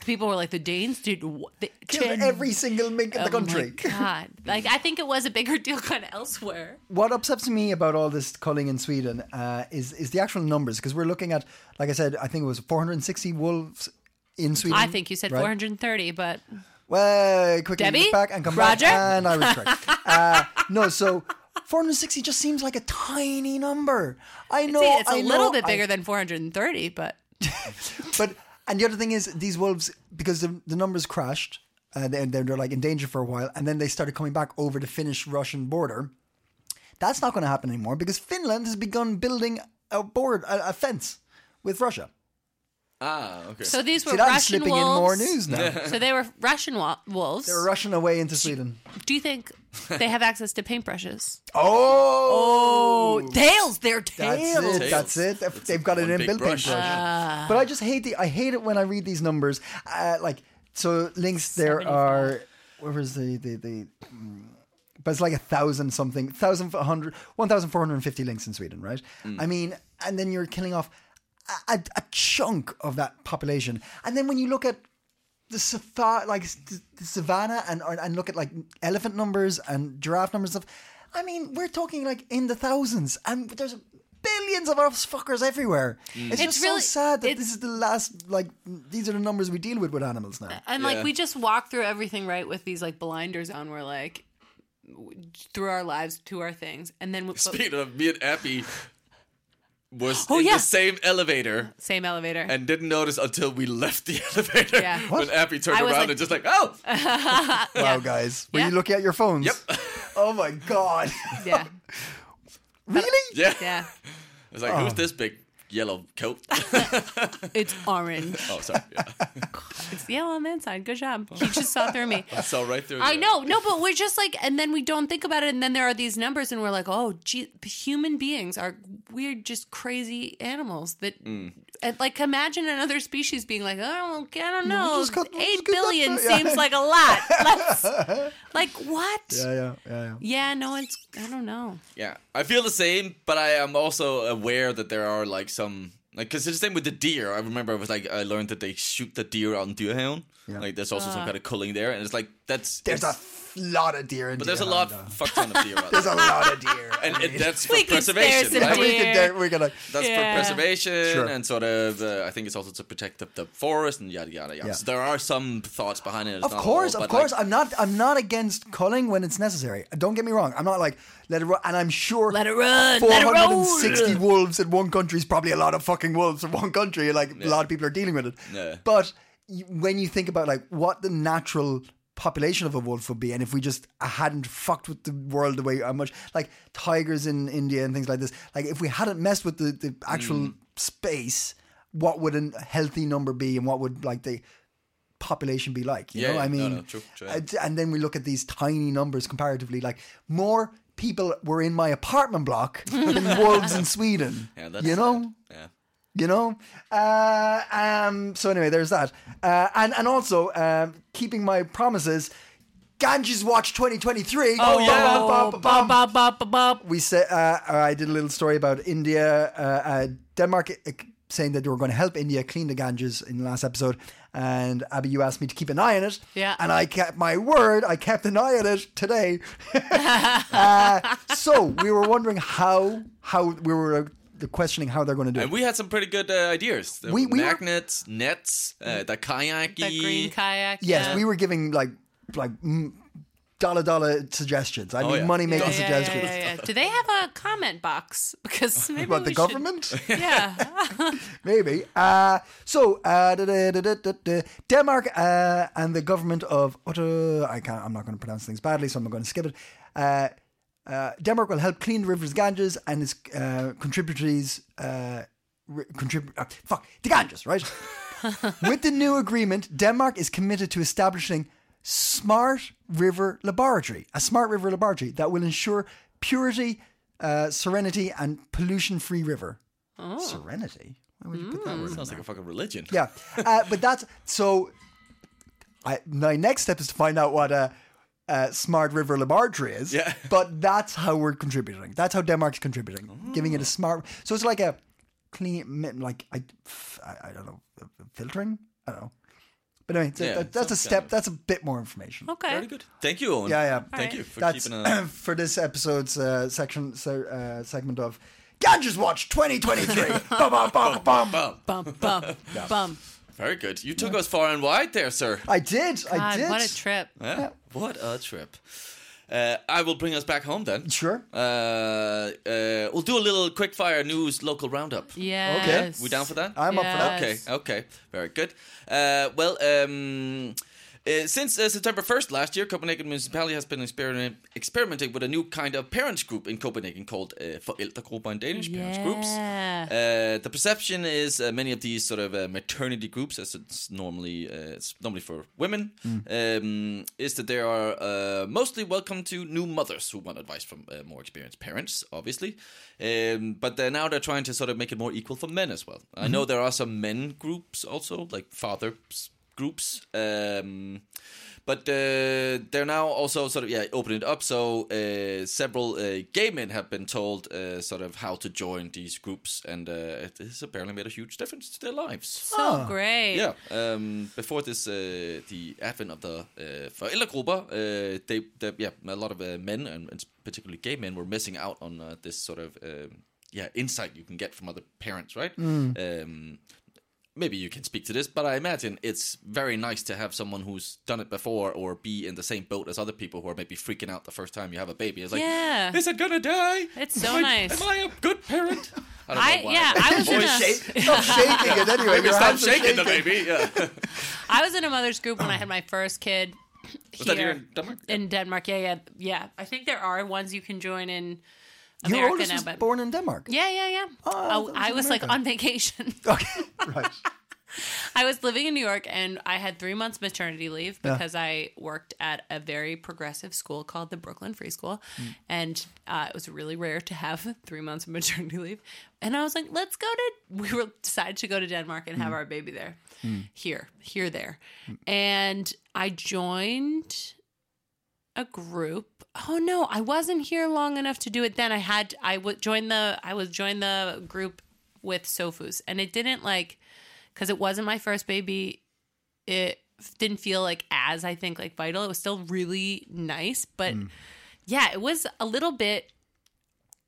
[SPEAKER 3] people were like the Danes did what they
[SPEAKER 2] Killed
[SPEAKER 3] ten-
[SPEAKER 2] every single mink in the
[SPEAKER 3] Oh my
[SPEAKER 2] country.
[SPEAKER 3] God, like I think it was a bigger deal kind of elsewhere.
[SPEAKER 2] what upsets me about all this culling in Sweden uh, is is the actual numbers because we're looking at, like I said, I think it was 460 wolves in Sweden.
[SPEAKER 3] I think you said
[SPEAKER 2] Mm-hmm. right?
[SPEAKER 3] 430, but
[SPEAKER 2] Well, quickly
[SPEAKER 3] Debbie?
[SPEAKER 2] look back and come
[SPEAKER 3] Roger?
[SPEAKER 2] back, and I was correct. uh, no, so 460 just seems like a tiny number. I know
[SPEAKER 3] see, it's a
[SPEAKER 2] a
[SPEAKER 3] little bit bigger than 430. But
[SPEAKER 2] but and the other thing is these wolves because the, the numbers crashed uh, they, they were like in danger for a while and then they started coming back over the finnish russian border that's not going to happen anymore because finland has begun building a board a, a fence with russia
[SPEAKER 1] Ah, okay.
[SPEAKER 3] so these were
[SPEAKER 2] see that's
[SPEAKER 3] Russian
[SPEAKER 2] slipping
[SPEAKER 3] wolves.
[SPEAKER 2] in more news now
[SPEAKER 3] So they were Russian wa- wolves.
[SPEAKER 2] they're rushing away into sweden
[SPEAKER 3] Do you think they have access to paintbrushes?
[SPEAKER 2] oh,
[SPEAKER 3] Tails, they're
[SPEAKER 2] That's
[SPEAKER 3] tails.
[SPEAKER 2] it. That's it. They've, they've got it
[SPEAKER 1] one
[SPEAKER 2] in
[SPEAKER 1] big
[SPEAKER 2] built
[SPEAKER 1] brush.
[SPEAKER 2] paintbrush. but I just hate the. I hate it when I read these numbers. Uh, like so, links there
[SPEAKER 3] 75.
[SPEAKER 2] are. Where was the the the? mm, But it's like a thousand something, thousand four hundred, one thousand four hundred and fifty links in Sweden, right?
[SPEAKER 1] Mm.
[SPEAKER 2] I mean, and then you're killing off a, a, a chunk of that population, and then when you look at the safa like s- the, the savannah and or- and look at like elephant numbers and giraffe numbers and stuff. I mean, we're talking like in the thousands, and there's billions of us fuckers everywhere. It's,
[SPEAKER 3] It's
[SPEAKER 2] just
[SPEAKER 3] really-
[SPEAKER 2] so sad that
[SPEAKER 3] it's-
[SPEAKER 2] this is the last. Like these are the numbers we deal with with animals now.
[SPEAKER 3] And
[SPEAKER 1] Yeah.
[SPEAKER 3] like we just walk through everything right with these like blinders on. We're like w- through our lives to our things, and then we, but,
[SPEAKER 1] Speaking of, me and Abby was
[SPEAKER 3] Oh,
[SPEAKER 1] in
[SPEAKER 3] yeah.
[SPEAKER 1] the same elevator
[SPEAKER 3] same elevator.
[SPEAKER 1] and didn't notice until we left the elevator
[SPEAKER 3] Yeah.
[SPEAKER 1] when Abby turned
[SPEAKER 3] I
[SPEAKER 1] around
[SPEAKER 3] was like-
[SPEAKER 1] and just like, oh,
[SPEAKER 2] Wow, guys, were
[SPEAKER 3] Yeah.
[SPEAKER 2] you looking at your phones?
[SPEAKER 1] Yep.
[SPEAKER 2] oh my god,
[SPEAKER 3] yeah,
[SPEAKER 2] really?
[SPEAKER 1] yeah.
[SPEAKER 3] yeah.
[SPEAKER 1] I was like,
[SPEAKER 2] Oh.
[SPEAKER 1] who's this big yellow coat?
[SPEAKER 3] It's orange.
[SPEAKER 1] oh, sorry. Yeah.
[SPEAKER 3] It's yellow on the inside. Good job. He just saw through me.
[SPEAKER 1] I saw right through.
[SPEAKER 3] I
[SPEAKER 1] the-
[SPEAKER 3] know, no, but we're just like, and then we don't think about it, and then there are these numbers, and we're like, oh, gee, human beings are weird, just crazy animals that, and like, imagine another species being like, oh, I don't know,
[SPEAKER 2] just cut- we'll
[SPEAKER 3] eight
[SPEAKER 2] just cut that
[SPEAKER 3] billion
[SPEAKER 2] down. Yeah.
[SPEAKER 3] seems like a lot. Let's, like what? Yeah.
[SPEAKER 2] Yeah, yeah, yeah, yeah.
[SPEAKER 3] no, it's I don't know.
[SPEAKER 1] Yeah, I feel the same, but I am also aware that there are like some like because it's the same with the deer. I remember I was like I learned that they shoot the deer on Deerhound. Like there's also
[SPEAKER 3] Uh.
[SPEAKER 1] some kind of culling there, and it's like that's
[SPEAKER 2] There's a
[SPEAKER 1] it's-
[SPEAKER 2] lot of deer in.
[SPEAKER 1] but there's a lot fuck ton of deer. out
[SPEAKER 2] There's
[SPEAKER 1] there.
[SPEAKER 2] a lot of deer. I
[SPEAKER 1] and, and
[SPEAKER 2] mean,
[SPEAKER 1] that's for
[SPEAKER 3] We can spare
[SPEAKER 1] preservation,
[SPEAKER 3] some
[SPEAKER 1] right?
[SPEAKER 2] we
[SPEAKER 3] deer.
[SPEAKER 2] could, there- we're gonna.
[SPEAKER 1] That's
[SPEAKER 3] Yeah.
[SPEAKER 1] for preservation
[SPEAKER 2] Sure.
[SPEAKER 1] and sort of. Uh, I think it's also to protect the, the forest and yada yada yada.
[SPEAKER 2] Yeah.
[SPEAKER 1] So there are some thoughts behind it. It's
[SPEAKER 2] Of
[SPEAKER 1] not
[SPEAKER 2] course,
[SPEAKER 1] all, but,
[SPEAKER 2] of
[SPEAKER 1] like,
[SPEAKER 2] course. I'm not. I'm not against culling when it's necessary. Don't get me wrong. I'm not like let it run. And I'm sure
[SPEAKER 3] Let it run, let it roll.
[SPEAKER 2] 460 wolves in one country is probably a lot of fucking wolves in one country. Like a lot of people are dealing with it.
[SPEAKER 1] Yeah.
[SPEAKER 2] But you, when you think about like what the natural population of a wolf would be, and if we just hadn't fucked with the world the way how much like tigers in India and things like this, like if we hadn't messed with the, the
[SPEAKER 1] Mm.
[SPEAKER 2] actual space, what would a healthy number be, and what would like the population be like? You
[SPEAKER 1] Yeah,
[SPEAKER 2] know,
[SPEAKER 1] yeah.
[SPEAKER 2] I
[SPEAKER 1] No,
[SPEAKER 2] mean, uh,
[SPEAKER 1] no, true, true.
[SPEAKER 2] and- and then we look at these tiny numbers comparatively. Like more people were in my apartment block than wolves in Sweden.
[SPEAKER 1] Yeah, that's
[SPEAKER 2] you know.
[SPEAKER 1] sad. Yeah.
[SPEAKER 2] You know, uh, um, so anyway, there's that, uh, and and also um, keeping my promises. Ganges Watch 2023. Oh
[SPEAKER 1] yeah.
[SPEAKER 3] Bop, bop, bop, bop, bop.
[SPEAKER 2] we said uh, I did a little story about India, uh, uh, Denmark uh, saying that they were going to help India clean the Ganges in the last episode, and Abby, you asked me to keep an eye on it,
[SPEAKER 3] Yeah.
[SPEAKER 2] and I kept my word. I kept an eye on it today. uh, so we were wondering how how we were uh, questioning how they're going to do
[SPEAKER 1] And
[SPEAKER 2] it.
[SPEAKER 1] we had some pretty good uh, ideas. There
[SPEAKER 2] We-
[SPEAKER 1] were
[SPEAKER 2] we were- Mm.
[SPEAKER 1] magnets, nets, uh, the kayak.
[SPEAKER 3] That green kayak.
[SPEAKER 2] Yes,
[SPEAKER 3] yeah.
[SPEAKER 2] we were giving like like mm, dollar dollar suggestions. I mean,
[SPEAKER 1] Oh, yeah.
[SPEAKER 2] money making
[SPEAKER 3] Yeah, yeah, yeah,
[SPEAKER 2] suggestions.
[SPEAKER 3] yeah, yeah. Do they have a comment box? Because maybe
[SPEAKER 2] But the
[SPEAKER 3] we should-
[SPEAKER 2] government?
[SPEAKER 3] Yeah. Ah,
[SPEAKER 2] Maybe. Uh, so, uh, da, da, da, da, da, da. Denmark uh, and the government of Otto, I can't, I'm not going to pronounce things badly, so I'm going to skip it. Uh, uh, Denmark will help clean the rivers Ganges and its uh, contributors. Uh, r- Contribute, uh, fuck the Ganges, right? With the new agreement, Denmark is committed to establishing Smart River Laboratory, a smart river laboratory that will ensure purity, uh, serenity, and pollution-free river.
[SPEAKER 1] Oh.
[SPEAKER 2] Serenity. Why would you
[SPEAKER 1] Mm.
[SPEAKER 2] put that word? in
[SPEAKER 1] Sounds like a fucking religion.
[SPEAKER 2] yeah, uh, but that's so. I, my next step is to find out what a, a smart river laboratory is.
[SPEAKER 1] Yeah.
[SPEAKER 2] but that's how we're contributing. That's how Denmark's contributing, giving
[SPEAKER 1] Oh.
[SPEAKER 2] it a smart. So it's like a clean, mi- like I, I, I don't know, filtering. I don't know. But anyway, th-
[SPEAKER 1] Yeah,
[SPEAKER 2] that- that's a
[SPEAKER 1] some
[SPEAKER 2] step.
[SPEAKER 1] kind of-
[SPEAKER 2] That's a bit more information.
[SPEAKER 3] Okay.
[SPEAKER 1] Very good. Thank you, Owen.
[SPEAKER 2] Yeah, yeah.
[SPEAKER 1] Thank
[SPEAKER 3] Alright.
[SPEAKER 1] you for
[SPEAKER 2] That's
[SPEAKER 1] keeping a.
[SPEAKER 2] for this episode's uh, section so, uh, segment of Ganges Watch 2023. Bum, bum, bum, bum.
[SPEAKER 1] Wow.
[SPEAKER 3] Bum, bum, bum.
[SPEAKER 1] Very good. You took us far and wide there, sir.
[SPEAKER 2] I did. I
[SPEAKER 3] God,
[SPEAKER 2] did.
[SPEAKER 3] what a trip.
[SPEAKER 1] Yeah. What a trip. Uh, I will bring us back home then.
[SPEAKER 2] Sure.
[SPEAKER 1] Uh, uh, we'll do a little quick fire news local roundup.
[SPEAKER 3] Yes.
[SPEAKER 1] We down for that?
[SPEAKER 2] I'm up for that.
[SPEAKER 1] Okay,
[SPEAKER 3] Yes.
[SPEAKER 1] okay, very good. Uh, well, um, uh, since uh, September 1st last year, Copenhagen Municipality has been experiment- experimenting with a new kind of parents group in Copenhagen called uh, Forældregrupper in Danish, parents groups.
[SPEAKER 3] Yeah.
[SPEAKER 1] Uh, the perception is uh, many of these sort of uh, maternity groups, as it's normally uh, it's normally for women, um, is that they are uh, mostly welcome to new mothers who want advice from uh, more experienced parents, obviously. Um, but they're, now they're trying to sort of make it more equal for men as well. I know there are some men groups also, like fathers groups. Um, but uh, they're now also sort of yeah opening it up. So uh, several uh, gay men have been told uh, sort of how to join these groups, and uh, it has apparently made a huge difference to their lives.
[SPEAKER 3] So great.
[SPEAKER 1] Yeah. Um, before this, uh, the advent of the uh, forældregrupper, uh, they, they yeah a lot of uh, men and, and particularly gay men were missing out on uh, this sort of um, yeah insight you can get from other parents, right?
[SPEAKER 3] Mm.
[SPEAKER 1] Um, maybe you can speak to this, but I imagine it's very nice to have someone who's done it before or be in the same boat as other people who are maybe freaking out the first time you have a baby. It's like,
[SPEAKER 3] Yeah.
[SPEAKER 1] is it gonna die?
[SPEAKER 3] It's so
[SPEAKER 1] am I,
[SPEAKER 3] nice.
[SPEAKER 1] Am I a good parent? I don't
[SPEAKER 3] I,
[SPEAKER 1] know why.
[SPEAKER 3] yeah, I was in
[SPEAKER 1] Voice
[SPEAKER 3] a,
[SPEAKER 2] Stop shaking it anyway.
[SPEAKER 1] Maybe
[SPEAKER 2] Your
[SPEAKER 1] stop
[SPEAKER 2] hands are
[SPEAKER 1] shaking the baby. Yeah.
[SPEAKER 3] I was in a mother's group when I had my first kid.
[SPEAKER 1] Was that here in Denmark?
[SPEAKER 3] In Denmark, yeah, yeah, yeah. I think there are ones you can join in
[SPEAKER 2] Your
[SPEAKER 3] America
[SPEAKER 2] oldest
[SPEAKER 3] now,
[SPEAKER 2] was
[SPEAKER 3] but
[SPEAKER 2] born in Denmark.
[SPEAKER 3] yeah, yeah, yeah.
[SPEAKER 2] Oh, that was
[SPEAKER 3] I, I
[SPEAKER 2] in
[SPEAKER 3] was like
[SPEAKER 2] America.
[SPEAKER 3] on vacation.
[SPEAKER 2] Okay. Right.
[SPEAKER 3] I was living in New York and I had three months maternity leave because I worked at a very progressive school called the Brooklyn Free School.
[SPEAKER 2] Mm.
[SPEAKER 3] And uh, it was really rare to have three months of maternity leave. And I was like, let's go to, we were, decided to go to Denmark and
[SPEAKER 2] Mm.
[SPEAKER 3] have our baby there, here, here, there. And I joined a group. Oh no, I wasn't here long enough to do it then. I had I would join the I was join the group with Sofus and it didn't like cuz it wasn't my first baby. It didn't feel like as I think like vital. It was still really nice, but yeah, it was a little bit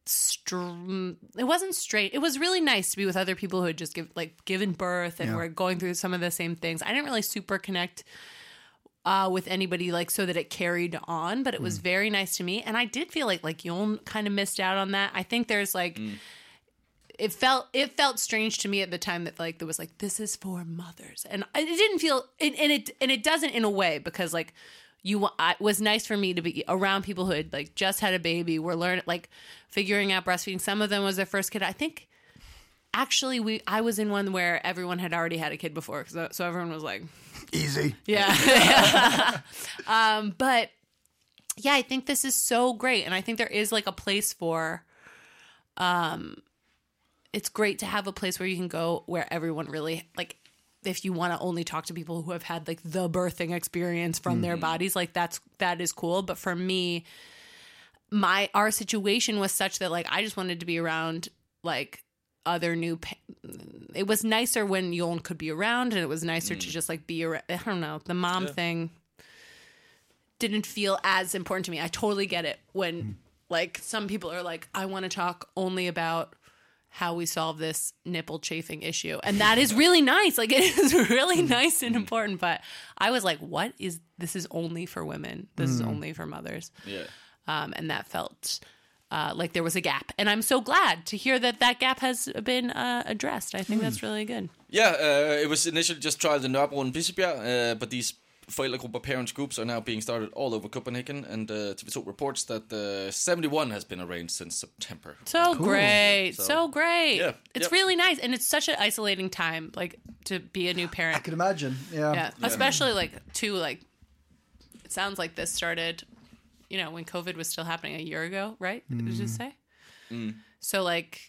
[SPEAKER 3] str- it wasn't straight. It was really nice to be with other people who had just give, like given birth and were going through some of the same things. I didn't really super connect uh, with anybody like so that it carried on, but it was very nice to me. And I did feel like like Yon kind of missed out on that. I think there's like it felt it felt strange to me at the time that like there was like this is for mothers and I- it didn't feel and, and it and it doesn't in a way because like you wa- I- it was nice for me to be around people who had like just had a baby were learning like figuring out breastfeeding some of them was their first kid i think actually we i was in one where uh, everyone had already had a kid before 'cause I- so everyone was like
[SPEAKER 2] Easy.
[SPEAKER 3] Yeah. um, but yeah, I think this is so great. And I think there is like a place for um it's great to have a place where you can go where everyone really like if you want to only talk to people who have had like the birthing experience from their bodies, like that's that is cool. But for me, my our situation was such that like I just wanted to be around like other new pa- it was nicer when Yoln could be around and it was nicer to just like be around I don't know the mom thing didn't feel as important to me I totally get it when like some people are like I want to talk only about how we solve this nipple chafing issue and that is really nice like it is really nice and important but I was like what is this is only for women this is only for mothers
[SPEAKER 1] Yeah.
[SPEAKER 3] um, and that felt uh, like there was a gap. And I'm so glad to hear that that gap has been uh, addressed. I think that's really good.
[SPEAKER 1] Yeah, uh, it was initially just tried in Nørrebro and Bispebjerg, uh, but these forældregrupper parents groups are now being started all over Copenhagen, and uh, TV2 reports that uh, 71 has been arranged since September.
[SPEAKER 3] So great, so, great.
[SPEAKER 1] Yeah,
[SPEAKER 3] It's
[SPEAKER 1] yep.
[SPEAKER 3] really nice, and it's such an isolating time, like to be a new parent.
[SPEAKER 2] I could imagine. Yeah.
[SPEAKER 3] yeah. especially like two like. It sounds like this started, you know, when COVID was still happening a year ago, right? Did you say? So like.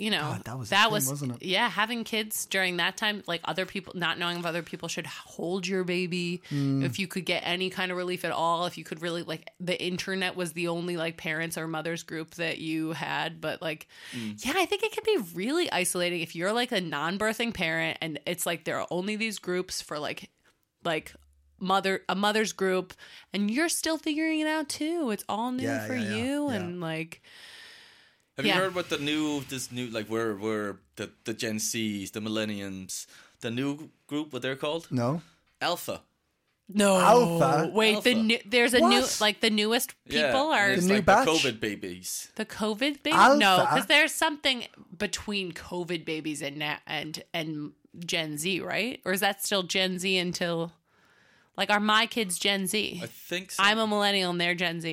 [SPEAKER 3] You know,
[SPEAKER 2] Mm. God, that was a
[SPEAKER 3] that
[SPEAKER 2] thing,
[SPEAKER 3] was
[SPEAKER 2] wasn't it?
[SPEAKER 3] yeah. Having kids during that time, like other people, not knowing if other people should hold your baby,
[SPEAKER 2] Mm.
[SPEAKER 3] if you could get any kind of relief at all, if you could really like the internet was the only like parents or mothers group that you had, but like yeah, I think it can be really isolating if you're like a non-birthing parent and it's like there are only these groups for like like mother a mother's group and you're still figuring it out too. It's all new
[SPEAKER 2] Yeah,
[SPEAKER 3] for
[SPEAKER 2] yeah, yeah,
[SPEAKER 3] you
[SPEAKER 2] yeah.
[SPEAKER 3] and like
[SPEAKER 1] Have
[SPEAKER 3] Yeah.
[SPEAKER 1] you heard what the new this new like where where the the Gen Zs, the Millenniums, the new group what they're called?
[SPEAKER 2] No.
[SPEAKER 1] Alpha.
[SPEAKER 3] no
[SPEAKER 2] Alpha?
[SPEAKER 3] Wait, the
[SPEAKER 1] Alpha.
[SPEAKER 3] new, there's a new
[SPEAKER 2] What?
[SPEAKER 3] like the newest people
[SPEAKER 1] Yeah,
[SPEAKER 3] are
[SPEAKER 1] and it's
[SPEAKER 2] The new
[SPEAKER 1] like
[SPEAKER 2] batch?
[SPEAKER 1] the COVID babies.
[SPEAKER 3] the COVID baby. No,
[SPEAKER 2] Alpha?
[SPEAKER 3] because there's something between COVID babies and na- and and Gen Z, right? Or is that still Gen Z until like are my kids Gen Z?
[SPEAKER 1] I think so.
[SPEAKER 3] I'm a millennial and they're Gen Z.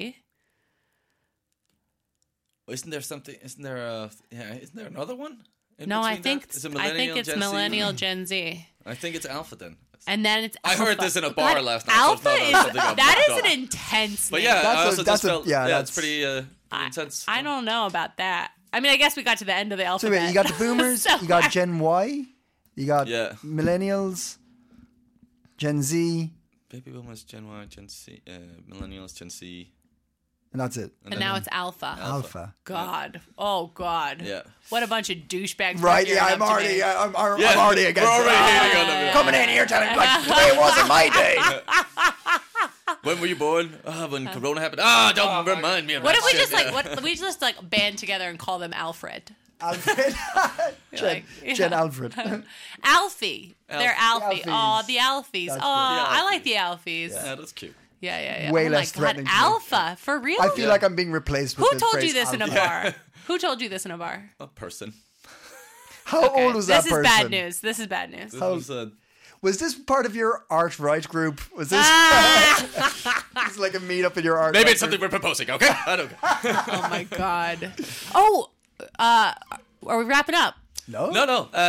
[SPEAKER 1] Oh, Isn't there something? Isn't there a yeah? Isn't there another one? in
[SPEAKER 3] No, I
[SPEAKER 1] between
[SPEAKER 3] think
[SPEAKER 1] that? Is
[SPEAKER 3] it's,
[SPEAKER 1] it
[SPEAKER 3] I think
[SPEAKER 1] millennial,
[SPEAKER 3] it's
[SPEAKER 1] Gen Z?
[SPEAKER 3] millennial Gen Z,
[SPEAKER 1] I think it's alpha then.
[SPEAKER 3] and then it's.
[SPEAKER 1] I heard
[SPEAKER 3] Alpha.
[SPEAKER 1] this in a bar
[SPEAKER 3] God,
[SPEAKER 1] last night, so it's
[SPEAKER 3] Alpha
[SPEAKER 1] not
[SPEAKER 3] is
[SPEAKER 1] something I've
[SPEAKER 3] that
[SPEAKER 1] looked
[SPEAKER 3] is
[SPEAKER 1] up.
[SPEAKER 3] an intense.
[SPEAKER 1] But
[SPEAKER 3] name.
[SPEAKER 1] yeah,
[SPEAKER 2] That's
[SPEAKER 1] I
[SPEAKER 2] a-
[SPEAKER 1] also
[SPEAKER 2] that's
[SPEAKER 1] just
[SPEAKER 2] a-
[SPEAKER 1] felt
[SPEAKER 2] yeah,
[SPEAKER 1] yeah, it's
[SPEAKER 2] that's-
[SPEAKER 1] pretty uh, pretty
[SPEAKER 3] I,
[SPEAKER 1] intense.
[SPEAKER 3] I don't know about that. I mean, I guess we got to the end of the
[SPEAKER 2] So
[SPEAKER 3] alphabet.
[SPEAKER 2] wait, you got the boomers,
[SPEAKER 3] So
[SPEAKER 2] you got Gen Y, you got
[SPEAKER 1] Yeah.
[SPEAKER 2] millennials, Gen Z,
[SPEAKER 1] Baby boomers, Gen Y, Gen C, uh, millennials, Gen C,
[SPEAKER 2] and that's it.
[SPEAKER 3] and now it's Alpha.
[SPEAKER 2] Alpha.
[SPEAKER 3] God, oh God,
[SPEAKER 1] Yeah,
[SPEAKER 3] what a bunch of douchebags!
[SPEAKER 2] Right,
[SPEAKER 3] we're
[SPEAKER 2] yeah,
[SPEAKER 3] gearing
[SPEAKER 2] I'm
[SPEAKER 3] up to
[SPEAKER 2] already,
[SPEAKER 3] be.
[SPEAKER 2] I- I'm, I'm,
[SPEAKER 1] Yeah,
[SPEAKER 2] I'm already
[SPEAKER 1] we're
[SPEAKER 2] against
[SPEAKER 1] already
[SPEAKER 2] it. Ah,
[SPEAKER 1] hating on them, yeah.
[SPEAKER 2] Coming in here telling me, like, today wasn't my day.
[SPEAKER 1] When were you born? Ah, when Corona happened. Ah, don't remind me of
[SPEAKER 3] Uh, What
[SPEAKER 1] that
[SPEAKER 3] if we
[SPEAKER 1] shit.
[SPEAKER 3] just
[SPEAKER 1] Yeah.
[SPEAKER 3] like what we just like band together and call them Alfred?
[SPEAKER 2] Alfred. Gen,
[SPEAKER 3] Like, yeah.
[SPEAKER 2] Gen Alfred.
[SPEAKER 3] Alfie. They're Alfie.
[SPEAKER 2] Alfie.
[SPEAKER 3] Oh, the Alfies. Oh,
[SPEAKER 2] That's
[SPEAKER 3] I
[SPEAKER 1] good.
[SPEAKER 3] like the Alfies.
[SPEAKER 1] Yeah, that's cute.
[SPEAKER 3] Yeah, yeah, yeah.
[SPEAKER 2] Way
[SPEAKER 3] oh
[SPEAKER 2] less
[SPEAKER 3] my God.
[SPEAKER 2] threatening to me.
[SPEAKER 3] Alpha for real.
[SPEAKER 2] I feel like I'm being replaced with
[SPEAKER 3] Who
[SPEAKER 2] the
[SPEAKER 3] told you
[SPEAKER 2] phrase
[SPEAKER 3] this in a
[SPEAKER 2] alpha.
[SPEAKER 3] bar? Who told you this in a bar?
[SPEAKER 1] A person.
[SPEAKER 2] How
[SPEAKER 3] Okay,
[SPEAKER 2] old was that
[SPEAKER 3] this is
[SPEAKER 2] person?
[SPEAKER 3] bad news. This is bad news.
[SPEAKER 1] This was uh, a
[SPEAKER 2] Was this part of your art right group? Was this,
[SPEAKER 3] Ah!
[SPEAKER 2] this like a meetup in your art
[SPEAKER 1] Maybe
[SPEAKER 2] right
[SPEAKER 1] it's something we're proposing, okay? I don't
[SPEAKER 3] oh my god. Oh, uh, are we wrapping up?
[SPEAKER 2] No?
[SPEAKER 1] No, Uh, no. Uh,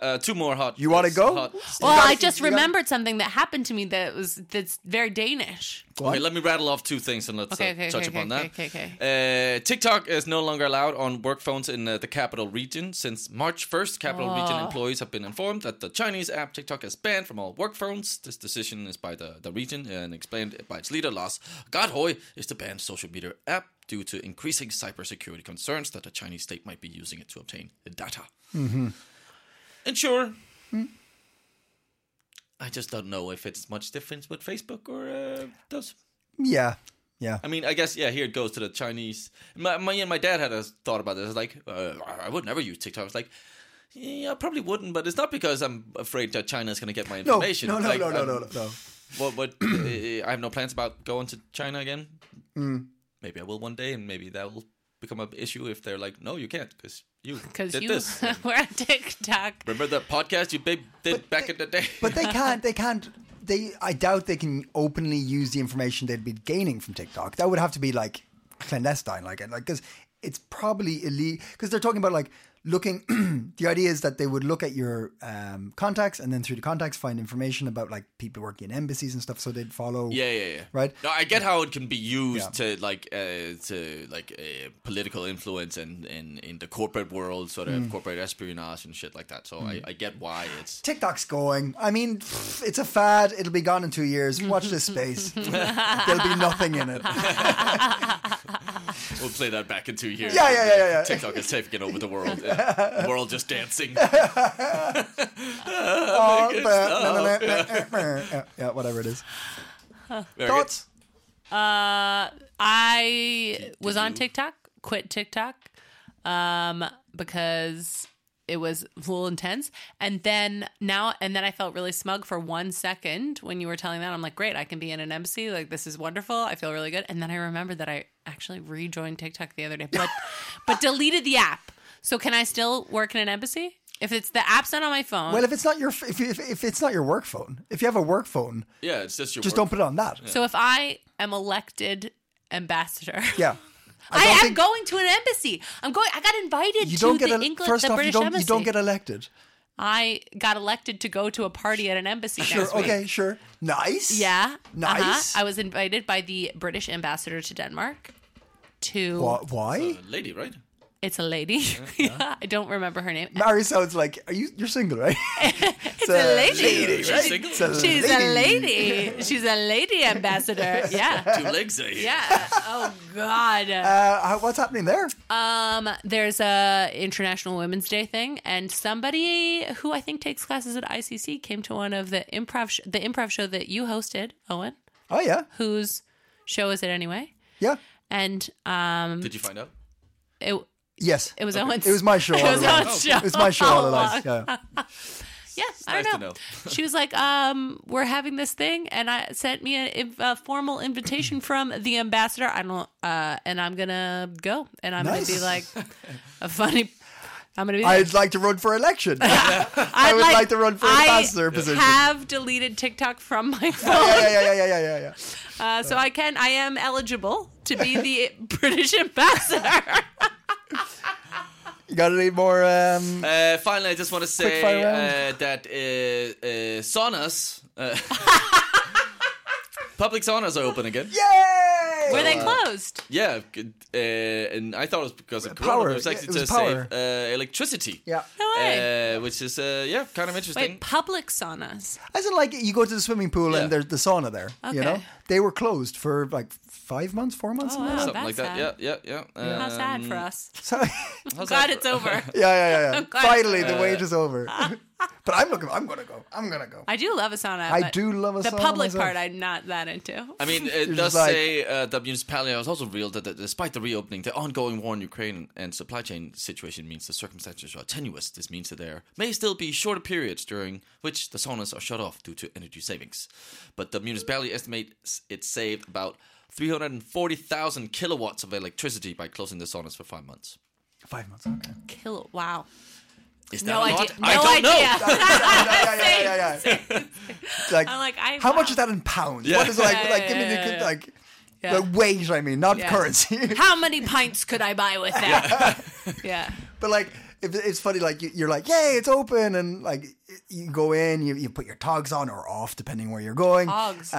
[SPEAKER 1] uh, two more hot.
[SPEAKER 2] You wanna go?
[SPEAKER 1] Hot.
[SPEAKER 3] Well,
[SPEAKER 2] gotta
[SPEAKER 3] I
[SPEAKER 2] see-
[SPEAKER 3] just
[SPEAKER 2] you gotta-
[SPEAKER 3] remembered something that happened to me that was that's very Danish.
[SPEAKER 1] Okay, let me rattle off two things and let's
[SPEAKER 3] Okay,
[SPEAKER 1] uh,
[SPEAKER 3] okay,
[SPEAKER 1] touch
[SPEAKER 3] okay,
[SPEAKER 1] upon
[SPEAKER 3] okay,
[SPEAKER 1] that.
[SPEAKER 3] okay, okay,
[SPEAKER 1] Uh, TikTok is no longer allowed on work phones in uh, the capital region. Since March 1st, capital region
[SPEAKER 3] Oh.
[SPEAKER 1] employees have been informed that the Chinese app TikTok is banned from all work phones. This decision is by the, the region and explained by its leader, Lars Godhoy, is the banned social media app due to increasing cybersecurity concerns that the Chinese state might be using it to obtain data. And sure, I just don't know if it's much difference with Facebook or uh, those.
[SPEAKER 2] Yeah. Yeah.
[SPEAKER 1] I mean, I guess yeah. Here it goes to the Chinese. My my, my dad had a thought about this. Like, uh, I would never use TikTok. I was like, yeah, I probably wouldn't. But it's not because I'm afraid that China's going to get my
[SPEAKER 2] No,
[SPEAKER 1] information.
[SPEAKER 2] no, no,
[SPEAKER 1] Like,
[SPEAKER 2] no, no,
[SPEAKER 1] I'm-
[SPEAKER 2] no, no, no.
[SPEAKER 1] What? What? uh, I have no plans about going to China again.
[SPEAKER 2] Mm.
[SPEAKER 1] Maybe I will one day, and maybe that will become an issue if they're like, no, you can't because you
[SPEAKER 3] Because
[SPEAKER 1] did
[SPEAKER 3] you
[SPEAKER 1] this.
[SPEAKER 3] were on TikTok.
[SPEAKER 1] Remember that podcast you big did back in the day?
[SPEAKER 2] But they can't. They can't. They. I doubt they can openly use the information they'd be gaining from TikTok. That would have to be like clandestine, like it, like because it's probably illegal. Because they're talking about like looking the idea is that they would look at your um, contacts and then through the contacts find information about like people working in embassies and stuff so they'd follow
[SPEAKER 1] Yeah, yeah, yeah.
[SPEAKER 2] Right?
[SPEAKER 1] No, I get how it can be used
[SPEAKER 2] Yeah.
[SPEAKER 1] to like uh, to like uh, political influence and in, in, the corporate world, sort of
[SPEAKER 2] Mm.
[SPEAKER 1] corporate espionage and shit like that. So I, I get why it's.
[SPEAKER 2] TikTok's going. I mean, pff, it's a fad. It'll be gone in two years. Watch this space. There'll be nothing in it.
[SPEAKER 1] We'll play that back in two years.
[SPEAKER 2] Yeah, yeah, yeah, yeah, yeah.
[SPEAKER 1] TikTok has taken over the world. Yeah. The world just dancing. Yeah,
[SPEAKER 2] All the- na- na- na- na- na- yeah, whatever it is. Thoughts?
[SPEAKER 3] Uh, I was on
[SPEAKER 1] you?
[SPEAKER 3] TikTok, quit TikTok, um, because it was a little intense. And then now, and then I felt really smug for one second when you were telling that. I'm like, great, I can be in an embassy. Like this is wonderful. I feel really good. And then I remembered that I actually rejoined TikTok the other day, but but deleted the app. So can I still work in an embassy if it's the app's not on my phone?
[SPEAKER 2] Well, if it's not your f- if, if, if it's not your work phone, if you have a work phone,
[SPEAKER 1] Yeah, it's just your.
[SPEAKER 2] just
[SPEAKER 1] work.
[SPEAKER 2] don't put it on that.
[SPEAKER 3] so if I am elected ambassador,
[SPEAKER 2] Yeah.
[SPEAKER 3] I,
[SPEAKER 2] don't
[SPEAKER 3] am
[SPEAKER 2] think-
[SPEAKER 3] going to an embassy. I'm going. I got invited
[SPEAKER 2] You
[SPEAKER 3] to
[SPEAKER 2] don't get
[SPEAKER 3] the
[SPEAKER 2] a,
[SPEAKER 3] England,
[SPEAKER 2] first
[SPEAKER 3] the
[SPEAKER 2] off.
[SPEAKER 3] British
[SPEAKER 2] You don't
[SPEAKER 3] embassy.
[SPEAKER 2] you don't get elected.
[SPEAKER 3] I got elected to go to a party at an embassy.
[SPEAKER 2] Sure.
[SPEAKER 3] next week.
[SPEAKER 2] Okay. Sure. Nice.
[SPEAKER 3] Yeah.
[SPEAKER 2] Nice.
[SPEAKER 3] Uh-huh. I was invited by the British ambassador to Denmark. To
[SPEAKER 2] Wha- Why?
[SPEAKER 1] Uh, Lady, right?
[SPEAKER 3] it's a lady. yeah, I don't remember her name.
[SPEAKER 2] Mary sounds like are you? You're single, right?
[SPEAKER 3] It's a lady.
[SPEAKER 1] She's
[SPEAKER 2] right?
[SPEAKER 1] single?
[SPEAKER 2] It's a
[SPEAKER 3] She's a lady. She's a lady ambassador. Yeah.
[SPEAKER 1] Two legs eh? there.
[SPEAKER 3] Yeah. Oh God.
[SPEAKER 2] Uh, how- what's happening there?
[SPEAKER 3] Um, there's a International Women's Day thing, and somebody who I think takes classes at ICC came to one of the improv sh- the improv show that you hosted, Owen.
[SPEAKER 2] oh yeah,
[SPEAKER 3] Whose show is it anyway?
[SPEAKER 2] yeah,
[SPEAKER 3] And um,
[SPEAKER 1] Did you find out?
[SPEAKER 3] it
[SPEAKER 2] yes.
[SPEAKER 3] it was Owen's.
[SPEAKER 2] It was my show.
[SPEAKER 3] It
[SPEAKER 2] all
[SPEAKER 3] was Oh,
[SPEAKER 2] along.
[SPEAKER 3] Owen's show.
[SPEAKER 2] It was my show all
[SPEAKER 3] all
[SPEAKER 2] along.
[SPEAKER 3] along.
[SPEAKER 2] Yeah.
[SPEAKER 3] Yeah, I
[SPEAKER 1] nice to
[SPEAKER 3] don't know. she was like, um, "We're having this thing," and I sent me a, a formal invitation from the ambassador. I don't, uh, and I'm gonna go, and I'm
[SPEAKER 2] Nice.
[SPEAKER 3] gonna be like a funny. I'm gonna be. there.
[SPEAKER 2] I'd like to run for election. yeah,
[SPEAKER 3] I
[SPEAKER 2] would like to run for ambassador position. Oh.
[SPEAKER 3] I have deleted TikTok from my phone,
[SPEAKER 2] yeah, yeah, yeah, yeah, yeah, yeah.
[SPEAKER 3] uh, so I can. I am eligible to be the British ambassador.
[SPEAKER 2] You got any more? Um,
[SPEAKER 1] Uh, finally, I just want to say
[SPEAKER 2] fire round.
[SPEAKER 1] uh, that uh, uh, saunas, uh, public saunas are open again.
[SPEAKER 2] yay!
[SPEAKER 3] Were they closed?
[SPEAKER 1] Yeah, good, uh, and I thought it was because of Corona,
[SPEAKER 2] power,
[SPEAKER 1] but it was
[SPEAKER 2] yeah,
[SPEAKER 1] actually
[SPEAKER 2] it was
[SPEAKER 1] to
[SPEAKER 2] power.
[SPEAKER 1] save uh, electricity.
[SPEAKER 2] Yeah.
[SPEAKER 3] No way.
[SPEAKER 2] eh,
[SPEAKER 1] Uh, which is uh, yeah, kind of interesting.
[SPEAKER 3] Wait, public saunas.
[SPEAKER 2] As in, like, you go to the swimming pool
[SPEAKER 1] Yeah.
[SPEAKER 2] and there's the sauna there. You
[SPEAKER 3] Okay.
[SPEAKER 2] know, they were closed for like five months, four months.
[SPEAKER 3] Oh,
[SPEAKER 2] something
[SPEAKER 1] Something
[SPEAKER 2] like that.
[SPEAKER 3] wow.
[SPEAKER 1] like
[SPEAKER 3] that's
[SPEAKER 1] that. Yeah, yeah, yeah.
[SPEAKER 3] How
[SPEAKER 1] Um,
[SPEAKER 3] sad for us.
[SPEAKER 2] So,
[SPEAKER 1] how's
[SPEAKER 3] Glad
[SPEAKER 1] that
[SPEAKER 3] it's
[SPEAKER 1] for-
[SPEAKER 3] over.
[SPEAKER 2] yeah, yeah, yeah.
[SPEAKER 3] glad-
[SPEAKER 2] Finally, the wait is over. but I'm looking. I'm gonna go. I'm gonna go.
[SPEAKER 3] I do love a sauna.
[SPEAKER 2] I
[SPEAKER 3] but
[SPEAKER 2] do love a
[SPEAKER 3] the
[SPEAKER 2] sauna
[SPEAKER 3] public
[SPEAKER 2] myself.
[SPEAKER 3] part. I'm not that into.
[SPEAKER 1] I mean, it
[SPEAKER 2] just
[SPEAKER 1] does
[SPEAKER 2] like-
[SPEAKER 1] say uh, that municipality has also revealed that, that despite the reopening, the ongoing war in Ukraine and supply chain situation means the circumstances are tenuous. This means that there may still be shorter periods during which the saunas are shut off due to energy savings. But the municipality estimates it saved about 340,000 kilowatts of electricity by closing the saunas for five months.
[SPEAKER 2] Five months. Okay.
[SPEAKER 3] Kill. Wow.
[SPEAKER 1] Is that
[SPEAKER 3] No
[SPEAKER 1] a
[SPEAKER 3] idea.
[SPEAKER 1] lot?
[SPEAKER 3] No
[SPEAKER 1] I don't
[SPEAKER 3] idea.
[SPEAKER 1] know.
[SPEAKER 2] yeah, yeah, yeah, yeah, yeah. It's like,
[SPEAKER 3] I'm like, I-
[SPEAKER 2] how much is that in pounds? What is it like,
[SPEAKER 3] Yeah,
[SPEAKER 2] like,
[SPEAKER 3] yeah,
[SPEAKER 2] give me
[SPEAKER 3] yeah,
[SPEAKER 2] the,
[SPEAKER 3] yeah.
[SPEAKER 2] like,
[SPEAKER 3] Yeah.
[SPEAKER 2] the weight, I mean, not
[SPEAKER 3] Yeah.
[SPEAKER 2] currency.
[SPEAKER 3] How many pints could I buy with that? yeah.
[SPEAKER 2] but like, if, it's funny, like, you, you're like, yay, it's open. And like, you go in, you, you put your togs on or off, depending where you're going.
[SPEAKER 3] Togs.
[SPEAKER 2] Uh,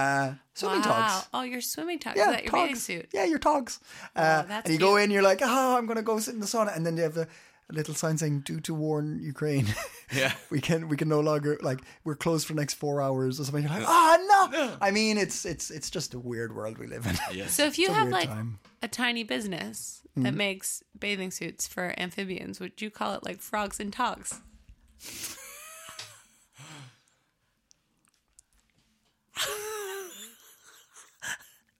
[SPEAKER 2] swimming
[SPEAKER 3] Wow.
[SPEAKER 2] togs.
[SPEAKER 3] Oh, your swimming togs.
[SPEAKER 2] Yeah,
[SPEAKER 3] is that your
[SPEAKER 2] togs.
[SPEAKER 3] bathing suit?
[SPEAKER 2] Yeah, your togs. Uh,
[SPEAKER 3] that's
[SPEAKER 2] and you go
[SPEAKER 3] cute.
[SPEAKER 2] in, you're like, oh, I'm going to go sit in the sauna. And then they have the, a little sign saying, due to war in Ukraine.
[SPEAKER 1] Yeah.
[SPEAKER 2] we can we can no longer like we're closed for the next four hours or something. You're like, ah no. I mean, it's it's it's just a weird world we live in.
[SPEAKER 3] So if you
[SPEAKER 2] a
[SPEAKER 3] have
[SPEAKER 2] weird
[SPEAKER 3] like
[SPEAKER 2] time. Mm-hmm.
[SPEAKER 3] a tiny business that makes bathing suits for amphibians, would you call it like frogs and togs?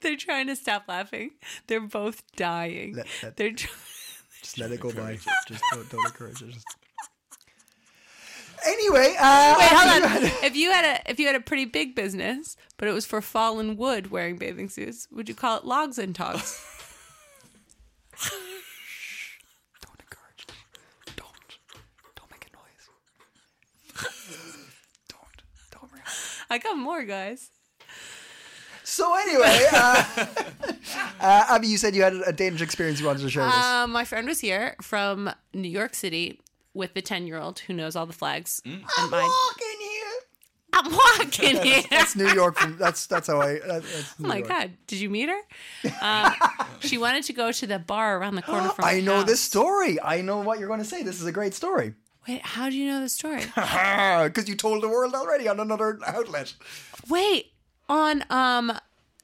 [SPEAKER 3] They're trying to stop laughing. They're both dying.
[SPEAKER 2] Let- let-
[SPEAKER 3] They're tr-
[SPEAKER 2] just let it go by. Just don't, don't encourage it. Anyway, uh,
[SPEAKER 3] Wait, hold on. if you had a if you had a pretty big business, but it was for fallen wood wearing bathing suits, would you call it logs and togs?
[SPEAKER 2] Don't encourage it. Don't. Don't make a noise. don't. Don't react.
[SPEAKER 3] I got more guys.
[SPEAKER 2] So anyway, uh, uh, Abby, you said you had a Danish experience you wanted to share with us.
[SPEAKER 3] Um, my friend was here from New York City, with the 10 year old who knows all the flags.
[SPEAKER 2] I'm walking here.
[SPEAKER 3] I'm walking here.
[SPEAKER 2] That's New York. From, that's that's how I. That, that's New
[SPEAKER 3] Oh my
[SPEAKER 2] York.
[SPEAKER 3] God, did you meet her? Um, she wanted to go to the bar around the corner from
[SPEAKER 2] I
[SPEAKER 3] my
[SPEAKER 2] know
[SPEAKER 3] house.
[SPEAKER 2] this story. I know what you're going to say. This is a great story.
[SPEAKER 3] Wait, how do you know the story?
[SPEAKER 2] Because you told the world already on another outlet.
[SPEAKER 3] Wait, on, um,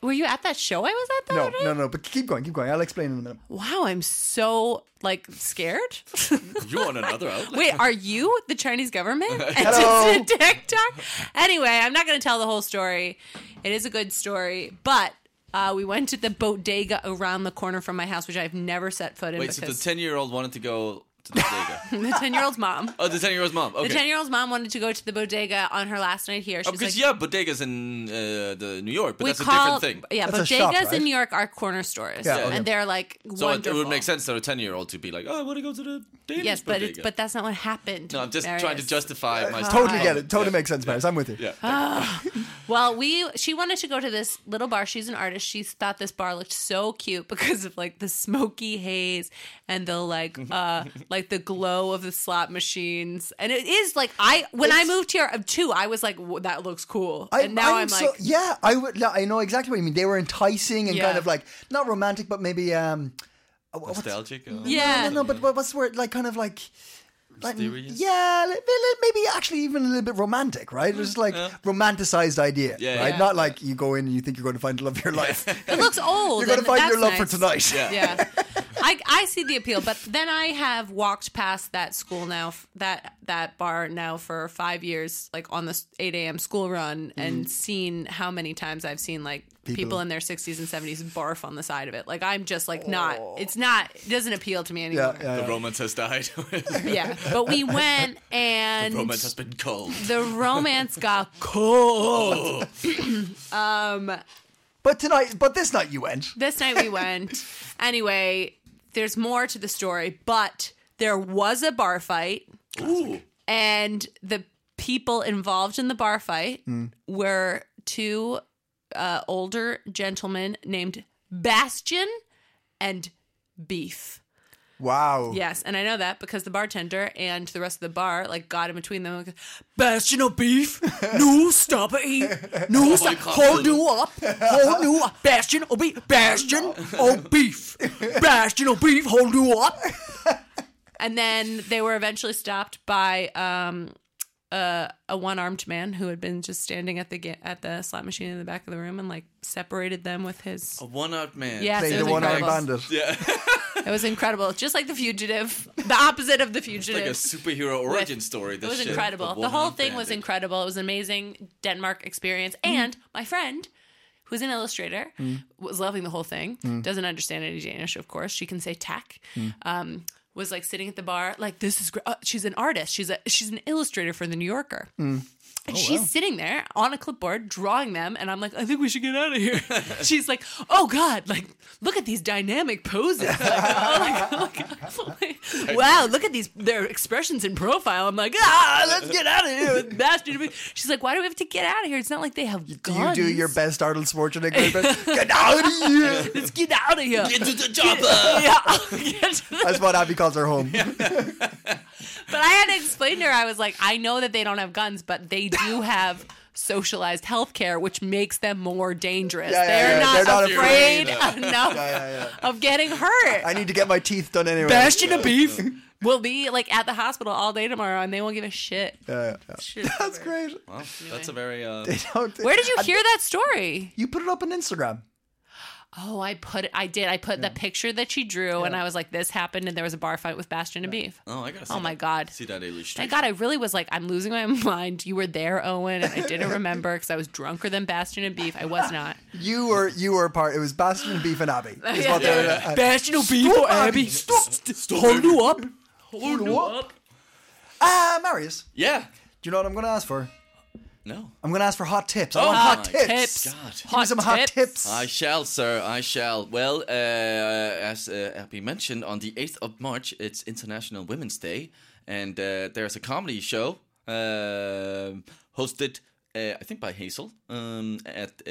[SPEAKER 3] were you at that show I was at that
[SPEAKER 2] No,
[SPEAKER 3] day?
[SPEAKER 2] no, no. But keep going, keep going. I'll explain in a minute.
[SPEAKER 3] Wow, I'm so like scared.
[SPEAKER 1] You on another outlet?
[SPEAKER 3] Wait, are you the Chinese government?
[SPEAKER 2] Hello.
[SPEAKER 3] And TikTok? Anyway, I'm not going to tell the whole story. It is a good story, but uh, we went to the bodega around the corner from my house, which I've never set foot in
[SPEAKER 1] Wait, so the
[SPEAKER 3] because
[SPEAKER 1] ten-year-old wanted to go to the bodega.
[SPEAKER 3] the 10 year old's mom.
[SPEAKER 1] oh, the ten-year-old's mom. Okay.
[SPEAKER 3] The 10 year old's mom wanted to go to the bodega on her last night here. She
[SPEAKER 1] Oh,
[SPEAKER 3] was
[SPEAKER 1] because
[SPEAKER 3] like,
[SPEAKER 1] yeah, bodegas in uh, the New York, but
[SPEAKER 3] we
[SPEAKER 1] that's
[SPEAKER 3] call,
[SPEAKER 1] a different thing.
[SPEAKER 3] Yeah,
[SPEAKER 2] That's a
[SPEAKER 3] bodegas
[SPEAKER 2] shop, right?
[SPEAKER 3] in New York are corner stores.
[SPEAKER 2] Yeah, okay.
[SPEAKER 3] And they're like
[SPEAKER 1] So it-
[SPEAKER 3] wonderful.
[SPEAKER 1] it would make sense for a ten-year-old to be like, "Oh, I want to go to the Danish
[SPEAKER 3] Yes, but it's,
[SPEAKER 1] bodega."
[SPEAKER 3] but that's not what happened.
[SPEAKER 1] no, I'm just
[SPEAKER 3] Marius.
[SPEAKER 1] trying to justify my.
[SPEAKER 2] Totally get it. Totally
[SPEAKER 1] Yeah.
[SPEAKER 2] makes sense, Paris. I'm with you.
[SPEAKER 1] Yeah.
[SPEAKER 3] Well, we she wanted to go to this little bar. She's an artist. She thought this bar looked so cute because of like the smoky haze and the like
[SPEAKER 2] Mm-hmm.
[SPEAKER 3] uh like the glow of the slot machines. And it is like I when I
[SPEAKER 2] It's-
[SPEAKER 3] moved here uh, too, I was like "Whoa, that looks cool.
[SPEAKER 2] I,
[SPEAKER 3] and now I'm,
[SPEAKER 2] so-
[SPEAKER 3] like
[SPEAKER 2] yeah, I would. no, I know exactly what you mean. They were enticing and
[SPEAKER 3] Yeah.
[SPEAKER 2] kind of like not romantic, but maybe um, uh, what's-
[SPEAKER 1] Nostalgic. uh,
[SPEAKER 3] Yeah.
[SPEAKER 2] No, no, no, but what- what's the word? Like kind of like. Like,
[SPEAKER 1] Mysterious?
[SPEAKER 2] yeah, li- li- maybe actually even a little bit romantic, right? It's like romanticized idea,
[SPEAKER 1] Yeah,
[SPEAKER 2] right?
[SPEAKER 1] yeah.
[SPEAKER 2] Not like you go in and you think you're going to find the love of your life.
[SPEAKER 3] it looks
[SPEAKER 2] you're
[SPEAKER 3] old.
[SPEAKER 2] going to
[SPEAKER 3] and
[SPEAKER 2] find your
[SPEAKER 3] that's
[SPEAKER 2] love for
[SPEAKER 3] nice.
[SPEAKER 2] tonight.
[SPEAKER 3] yeah. I, I see the appeal, but then I have walked past that school now, f- that that bar now for five years, like on this 8 a.m. school run, and seen how many times I've seen like people,
[SPEAKER 2] People-
[SPEAKER 3] in their 60s and 70s barf on the side of it. Like I'm just like not, it's not, it doesn't appeal to me anymore.
[SPEAKER 2] Yeah,
[SPEAKER 3] Yeah,
[SPEAKER 2] yeah.
[SPEAKER 1] The romance has died.
[SPEAKER 3] but we went and
[SPEAKER 1] romance has been cold.
[SPEAKER 3] the romance got cold.
[SPEAKER 2] But tonight, but this night you went.
[SPEAKER 3] this night we went. anyway, there's more to the story, but there was a bar fight.
[SPEAKER 1] Ooh.
[SPEAKER 3] and the people involved in the bar fight were two uh, older gentlemen named Bastion and Beef.
[SPEAKER 2] Wow.
[SPEAKER 3] Yes, and I know that because the bartender and the rest of the bar like got in between them. Like, Bastion or Beef? No, stop it! No, stop! Hold you up! Hold you up! Bastion or Beef? Bastion or Beef? Bastion or Beef? Hold you up! And then they were eventually stopped by um, a, a one-armed man who had been just standing at the ga- at the slot machine in the back of the room and like separated them with his.
[SPEAKER 1] A one-out man.
[SPEAKER 3] Yes,
[SPEAKER 2] Playing
[SPEAKER 3] it
[SPEAKER 2] the
[SPEAKER 3] was
[SPEAKER 2] one-eyed
[SPEAKER 3] incredible.
[SPEAKER 2] bandit.
[SPEAKER 1] Yeah.
[SPEAKER 3] It was incredible, just like the fugitive, the opposite of the fugitive.
[SPEAKER 1] Oh. like a superhero origin story.
[SPEAKER 3] It
[SPEAKER 1] This
[SPEAKER 3] was
[SPEAKER 1] shit.
[SPEAKER 3] incredible.
[SPEAKER 1] But
[SPEAKER 3] The whole
[SPEAKER 1] one-armed
[SPEAKER 3] thing was
[SPEAKER 1] bandit.
[SPEAKER 3] incredible. It was an amazing Denmark experience. And my friend, who's an illustrator, was loving the whole thing. Doesn't understand any Danish, of course. She can say tack. Um, was like sitting at the bar, like this is. Gr- uh, she's an artist. She's a she's an illustrator for the New Yorker. And she's sitting there on a clipboard drawing them, and I'm like, I think we should get out of here. she's like, Oh God, like look at these dynamic poses. Like, oh my God, like, wow, look at these their expressions in profile. I'm like, Ah, let's get out of here with bastard. She's like, Why do we have to get out of here? It's not like they have
[SPEAKER 2] Do
[SPEAKER 3] guns.
[SPEAKER 2] You do your best Arnold Schwarzenegger. impression. Get out of here.
[SPEAKER 3] Let's get out of here.
[SPEAKER 1] Into the chopper.
[SPEAKER 3] yeah, get to the
[SPEAKER 2] That's what Abby calls her home.
[SPEAKER 3] But I had to explain to her, I was like, I know that they don't have guns, but they do have socialized health care, which makes them more dangerous.
[SPEAKER 2] Yeah, yeah,
[SPEAKER 3] they're,
[SPEAKER 2] yeah.
[SPEAKER 3] Not
[SPEAKER 2] They're not
[SPEAKER 3] afraid,
[SPEAKER 1] afraid.
[SPEAKER 3] enough
[SPEAKER 2] yeah,
[SPEAKER 3] of getting hurt.
[SPEAKER 2] I need to get my teeth done anyway.
[SPEAKER 3] Bastion of beef will be like at the hospital all day tomorrow and they won't give a shit.
[SPEAKER 2] Yeah, yeah.
[SPEAKER 3] Shit.
[SPEAKER 2] That's great.
[SPEAKER 1] Wow, that's a very. Uh,
[SPEAKER 2] They don't-
[SPEAKER 3] Where did you hear that story?
[SPEAKER 2] You put it up on Instagram.
[SPEAKER 3] Oh, I put it, I did. I put the picture that she drew and I was like, this happened and there was a bar fight with Bastion and Beef.
[SPEAKER 1] oh, I gotta. See
[SPEAKER 3] Oh my
[SPEAKER 1] that-
[SPEAKER 3] God.
[SPEAKER 1] See that illustration.
[SPEAKER 3] Thank God I really was like, I'm losing my mind. You were there, Owen, and I didn't remember because I was drunker than Bastion and Beef. I was not.
[SPEAKER 2] You were you were part. It was Bastion, Beef, and Abby. Is what uh, they were-
[SPEAKER 3] Bastion and Beef or
[SPEAKER 2] Abby.
[SPEAKER 3] Stop. Hold you up. Hold
[SPEAKER 2] you up. Ah, Marius.
[SPEAKER 1] Yeah.
[SPEAKER 2] Do you know what I'm going to ask for?
[SPEAKER 1] No.
[SPEAKER 3] Oh,
[SPEAKER 2] I'm going to ask for hot tips. I want
[SPEAKER 1] hot
[SPEAKER 2] Oh, hot tips.
[SPEAKER 1] tips.
[SPEAKER 3] Tips.
[SPEAKER 1] God. Give me
[SPEAKER 3] Hot
[SPEAKER 2] Some hot tips.
[SPEAKER 1] I shall, sir. I shall. Well, uh, as uh, Abby mentioned, on the 8th of March, it's International Women's Day, and uh, there's a comedy show um hosted uh, I think by Hazel um, at uh,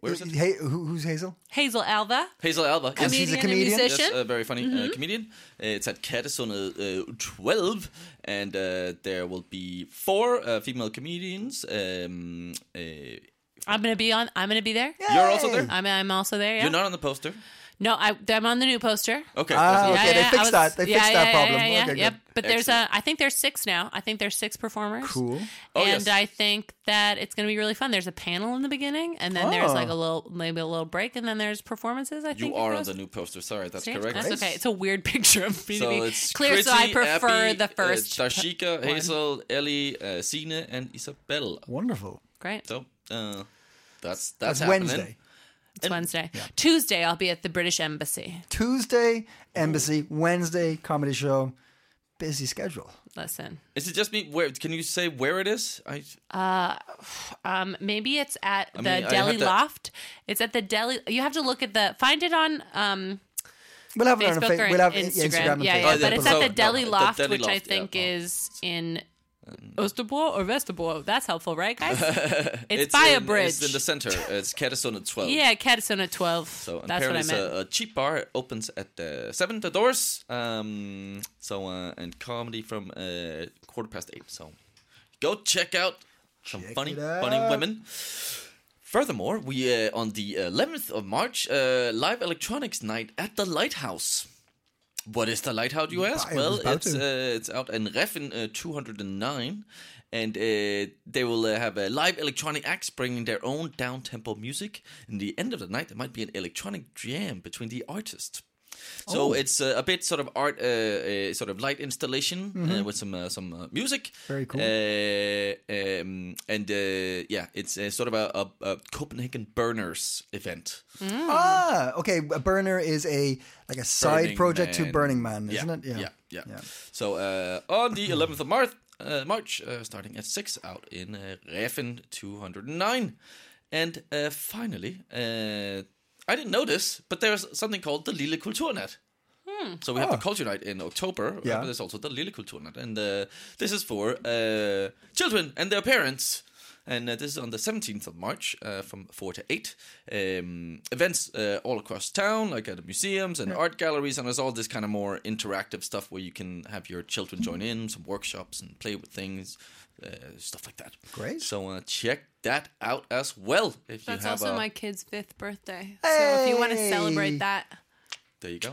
[SPEAKER 1] where is it?
[SPEAKER 2] Hey, who, who's Hazel?
[SPEAKER 3] Hazel Alva,
[SPEAKER 1] Hazel Alba. Yes.
[SPEAKER 2] she's a comedian?
[SPEAKER 3] comedian, Mm-hmm. and musician.
[SPEAKER 1] Yes, a very funny uh, comedian. Uh, it's at Kattesundet uh, 12, and uh, there will be four uh, female comedians. Um, uh,
[SPEAKER 3] I'm gonna be on. I'm gonna be there.
[SPEAKER 1] You're also there?
[SPEAKER 3] I'm. I'm also there. Oh, Yeah.
[SPEAKER 1] You're not on the poster.
[SPEAKER 3] No, I, I'm on the new poster.
[SPEAKER 1] Okay.
[SPEAKER 2] Ah,
[SPEAKER 1] that's-
[SPEAKER 2] okay. they
[SPEAKER 3] I
[SPEAKER 2] fixed that. They fixed that problem.
[SPEAKER 3] Yeah, yeah,
[SPEAKER 2] Okay,
[SPEAKER 3] yep.
[SPEAKER 2] good.
[SPEAKER 3] But there's a. I think there's six now. I think there's six performers.
[SPEAKER 2] Cool.
[SPEAKER 1] Oh,
[SPEAKER 3] and
[SPEAKER 1] yes.
[SPEAKER 3] I think that it's going to be really fun. There's a panel in the beginning, and then there's
[SPEAKER 2] Oh.
[SPEAKER 3] like a little, maybe a little break, and then there's performances. I
[SPEAKER 1] You
[SPEAKER 3] think
[SPEAKER 1] are on
[SPEAKER 3] across-
[SPEAKER 1] the new poster. Sorry, that's
[SPEAKER 3] See?
[SPEAKER 1] correct.
[SPEAKER 3] That's okay. It's a weird picture of me
[SPEAKER 1] So
[SPEAKER 3] to be
[SPEAKER 1] it's
[SPEAKER 3] clear. so I
[SPEAKER 1] Chrissy,
[SPEAKER 3] prefer
[SPEAKER 1] Abby,
[SPEAKER 3] the first.
[SPEAKER 1] uh, Tashika, Hazel, Ellie, uh, Sine, and Isabella.
[SPEAKER 2] Wonderful.
[SPEAKER 3] Great.
[SPEAKER 1] So uh, that's that's,
[SPEAKER 2] That's
[SPEAKER 1] happening.
[SPEAKER 2] Wednesday.
[SPEAKER 3] It's Wednesday. Tuesday, I'll be at the British Embassy.
[SPEAKER 2] Tuesday, embassy. Wednesday, comedy show. Busy schedule.
[SPEAKER 3] Listen,
[SPEAKER 1] Is it just me? Where can you say where it is? I
[SPEAKER 3] um, maybe it's at the
[SPEAKER 1] mean, I
[SPEAKER 3] Deli
[SPEAKER 1] have to-
[SPEAKER 3] Loft. It's at the Deli. You have to look at the. Find it on. Um,
[SPEAKER 2] We'll have it on a
[SPEAKER 3] Facebook
[SPEAKER 2] fa-
[SPEAKER 3] or
[SPEAKER 2] we'll have
[SPEAKER 3] Instagram.
[SPEAKER 2] yeah, Instagram and
[SPEAKER 3] yeah,
[SPEAKER 2] Facebook.
[SPEAKER 3] yeah,
[SPEAKER 1] Oh,
[SPEAKER 3] but
[SPEAKER 1] yeah,
[SPEAKER 3] it's
[SPEAKER 1] but-
[SPEAKER 3] at
[SPEAKER 1] so-
[SPEAKER 3] the Deli
[SPEAKER 1] no, the
[SPEAKER 3] Loft,
[SPEAKER 1] Deli
[SPEAKER 3] which I
[SPEAKER 1] Loft, yeah.
[SPEAKER 3] think
[SPEAKER 1] Oh.
[SPEAKER 3] is in Osterboa or Vesterboa. That's helpful, right, guys? It's,
[SPEAKER 1] it's
[SPEAKER 3] by
[SPEAKER 1] in,
[SPEAKER 3] a bridge.
[SPEAKER 1] It's in the center. It's Katteson at twelve.
[SPEAKER 3] yeah, Caddison at twelve.
[SPEAKER 1] So and
[SPEAKER 3] That's what I
[SPEAKER 1] apparently
[SPEAKER 3] meant.
[SPEAKER 1] it's a, a cheap bar. It opens at uh, seven. The doors. Um. So uh, and comedy from uh, quarter past eight. So go check out some
[SPEAKER 2] Check
[SPEAKER 1] funny,
[SPEAKER 2] it out.
[SPEAKER 1] funny women. Furthermore, we uh, on the eleventh of March, uh, live electronics night at the Lighthouse. What is the lighthouse, you ask?
[SPEAKER 2] I was
[SPEAKER 1] well,
[SPEAKER 2] about
[SPEAKER 1] it's
[SPEAKER 2] to.
[SPEAKER 1] uh, it's out in Reffen uh, 209, and uh, they will uh, have a live electronic acts bringing their own down tempo music. In the end of the night, there might be an electronic jam between the artists. So
[SPEAKER 2] Oh.
[SPEAKER 1] it's uh, a bit sort of art, uh, uh, sort of light installation uh, with some uh, some uh, music.
[SPEAKER 2] Mm-hmm. Very cool.
[SPEAKER 1] Uh, um, and uh, yeah, it's uh, sort of a, a, a Copenhagen Burners event.
[SPEAKER 2] Ah, okay. A burner is a like a side
[SPEAKER 1] Burning
[SPEAKER 2] project to
[SPEAKER 1] Man.
[SPEAKER 2] Burning Man,
[SPEAKER 1] Yeah,
[SPEAKER 2] isn't it?
[SPEAKER 1] Yeah, yeah. So uh, on the 11th of March, uh, March uh, starting at 6 out in uh, Reffen 209. And uh, finally, uh, I didn't know this, but there's something called the Lille Kulturnet. So we have the Culture Night in October,
[SPEAKER 2] Ah. Yeah.
[SPEAKER 1] but there's also the Lille Kulturnet. And uh, this is for uh, children and their parents. And uh, this is on the 17th of March uh, from 4 to 8. Um, events uh, all across town, like at museums and art galleries. And there's all this kind of more interactive stuff where you can have your children join in, some workshops and play with things, uh, stuff like that.
[SPEAKER 2] Great.
[SPEAKER 1] So uh, check that out as well. If
[SPEAKER 3] That's
[SPEAKER 1] you have uh,
[SPEAKER 3] also
[SPEAKER 1] a,
[SPEAKER 3] my kid's fifth birthday. So if you want to
[SPEAKER 2] Hey!
[SPEAKER 3] celebrate that,
[SPEAKER 1] There you go.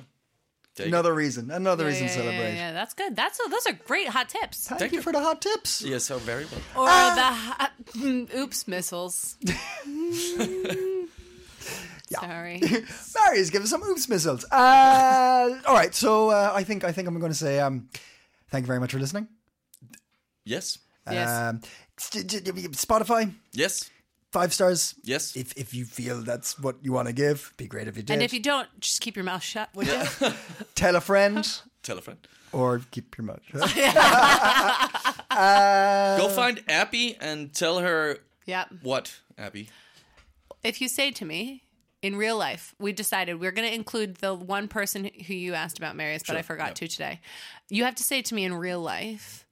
[SPEAKER 1] There you go.
[SPEAKER 2] Another reason. Another reason to
[SPEAKER 3] yeah, yeah,
[SPEAKER 2] celebrate.
[SPEAKER 3] Yeah, that's good. That's those are great hot tips.
[SPEAKER 2] Thank,
[SPEAKER 1] Thank
[SPEAKER 2] you
[SPEAKER 1] you.
[SPEAKER 2] for the hot tips.
[SPEAKER 1] Yes, so very well.
[SPEAKER 3] Or the hot, mm, oops missiles. Sorry.
[SPEAKER 1] Uh,
[SPEAKER 2] Marius, give us some oops missiles. Uh, all right, so uh, I think I think I'm going to say um, thank you very much for listening.
[SPEAKER 1] Yes.
[SPEAKER 3] Yes.
[SPEAKER 2] Um, st- st- Spotify
[SPEAKER 1] Yes.
[SPEAKER 2] five stars.
[SPEAKER 1] Yes.
[SPEAKER 2] If if you feel that's what you want to give, be great if you did.
[SPEAKER 3] and if you don't, just keep your mouth shut, would you?
[SPEAKER 2] Tell a friend
[SPEAKER 1] Tell a friend.
[SPEAKER 2] or keep your mouth shut.
[SPEAKER 1] Go find Appy and tell her
[SPEAKER 3] yep.
[SPEAKER 1] what, Appy?
[SPEAKER 3] If you say to me in real life, we decided we're going to include the one person who you asked about, Marius, but I forgot to today. You have to say to me in real life,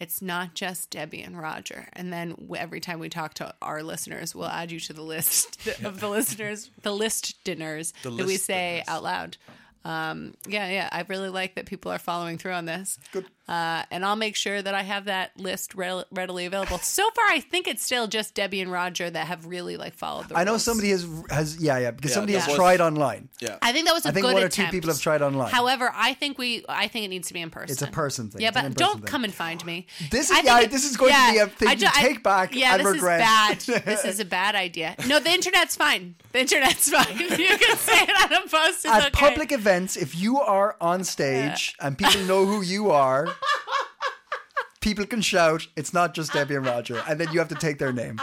[SPEAKER 3] it's not just Debbie and Roger. And then w- every time we talk to our listeners, we'll add you to the list of the listeners, the list dinners that we
[SPEAKER 1] list
[SPEAKER 3] say out loud. Um, yeah, yeah. I really like that people are following through on this. Good. Uh, and I'll make sure that I have that list re- readily available. So far, I think it's still just Debbie and Roger that have really like followed the.
[SPEAKER 2] I know
[SPEAKER 3] rules.
[SPEAKER 2] somebody has has yeah yeah because
[SPEAKER 1] Yeah,
[SPEAKER 2] somebody
[SPEAKER 1] that
[SPEAKER 2] has
[SPEAKER 1] was-
[SPEAKER 2] tried online.
[SPEAKER 1] Yeah.
[SPEAKER 3] I think that was a
[SPEAKER 2] I think
[SPEAKER 3] good
[SPEAKER 2] one or two
[SPEAKER 3] attempt.
[SPEAKER 2] people have tried online.
[SPEAKER 3] However, I think we. I think it needs to be in person.
[SPEAKER 2] It's a person thing.
[SPEAKER 3] Yeah,
[SPEAKER 2] It's an
[SPEAKER 3] but
[SPEAKER 2] in-person
[SPEAKER 3] don't
[SPEAKER 2] thing.
[SPEAKER 3] come and find me.
[SPEAKER 2] This is-
[SPEAKER 3] I think
[SPEAKER 2] yeah,
[SPEAKER 3] it-
[SPEAKER 2] this is going to be a thing
[SPEAKER 3] I
[SPEAKER 2] you
[SPEAKER 3] ju- I-
[SPEAKER 2] take back
[SPEAKER 3] Yeah,
[SPEAKER 2] and
[SPEAKER 3] this
[SPEAKER 2] regret.
[SPEAKER 3] is bad. this is a bad idea. No, the internet's fine. The internet's fine. You can say it on a post. It's
[SPEAKER 2] At
[SPEAKER 3] okay.
[SPEAKER 2] public events, if you are on stage and people know who you are, people can shout, "It's not just Debbie and Roger," and then you have to take their name.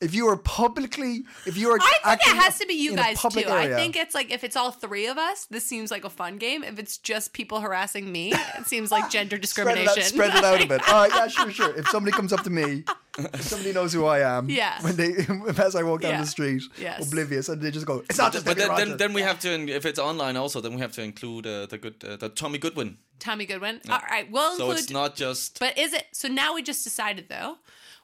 [SPEAKER 2] If you are publicly, if you are,
[SPEAKER 3] I think
[SPEAKER 2] acting
[SPEAKER 3] it has to be you
[SPEAKER 2] in a
[SPEAKER 3] guys too.
[SPEAKER 2] public
[SPEAKER 3] I
[SPEAKER 2] area-
[SPEAKER 3] think it's like if it's all three of us, this seems like a fun game. If it's just people harassing me, it seems like gender
[SPEAKER 2] spread it
[SPEAKER 3] discrimination.
[SPEAKER 2] out, spread it out a bit. Oh yeah, sure, sure. If somebody comes up to me, if somebody knows who I am,
[SPEAKER 3] Yeah.
[SPEAKER 2] when they as I walk down
[SPEAKER 3] Yeah.
[SPEAKER 2] the street,
[SPEAKER 3] Yes.
[SPEAKER 2] oblivious, and they just go, "It's not just
[SPEAKER 1] But
[SPEAKER 2] Debbie and
[SPEAKER 1] then,
[SPEAKER 2] Roger."
[SPEAKER 1] then, then we have to, in- if it's online also, then we have to include uh, the good, uh, the Tommy Goodwin.
[SPEAKER 3] Tommy Goodwin. All right, we'll
[SPEAKER 1] So
[SPEAKER 3] include.
[SPEAKER 1] it's not just.
[SPEAKER 3] but is it? So now we just decided though.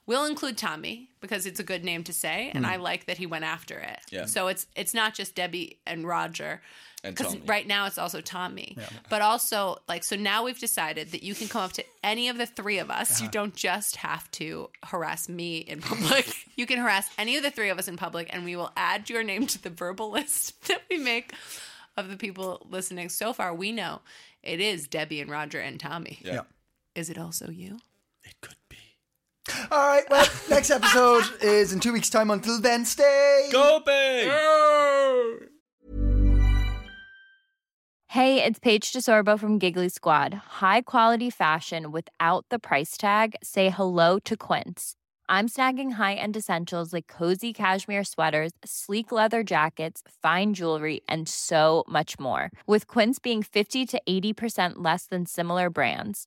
[SPEAKER 3] We'll include Tommy because it's a good name to say, and I like that he went after it.
[SPEAKER 1] Yeah.
[SPEAKER 3] So it's it's not just Debbie and Roger.
[SPEAKER 1] And
[SPEAKER 3] Because
[SPEAKER 1] Tommy.
[SPEAKER 3] right now it's also Tommy. But also, like, so now we've decided that you can come up to any of the three of us. You don't just have to harass me in public. you can harass any of the three of us in public, and we will add your name to the verbal list that we make of the people listening. So far, we know it is Debbie and Roger and Tommy.
[SPEAKER 1] Yeah.
[SPEAKER 2] Yeah.
[SPEAKER 3] Is it also you?
[SPEAKER 1] It could be.
[SPEAKER 2] All right, well, next episode is in two weeks' time. Until then, stay.
[SPEAKER 1] Go big!
[SPEAKER 4] Hey, it's Paige DeSorbo from Giggly Squad. High quality fashion without the price tag. Say hello to Quince. I'm snagging high-end essentials like cozy cashmere sweaters, sleek leather jackets, fine jewelry, and so much more. With Quince being 50 to 80% less than similar brands.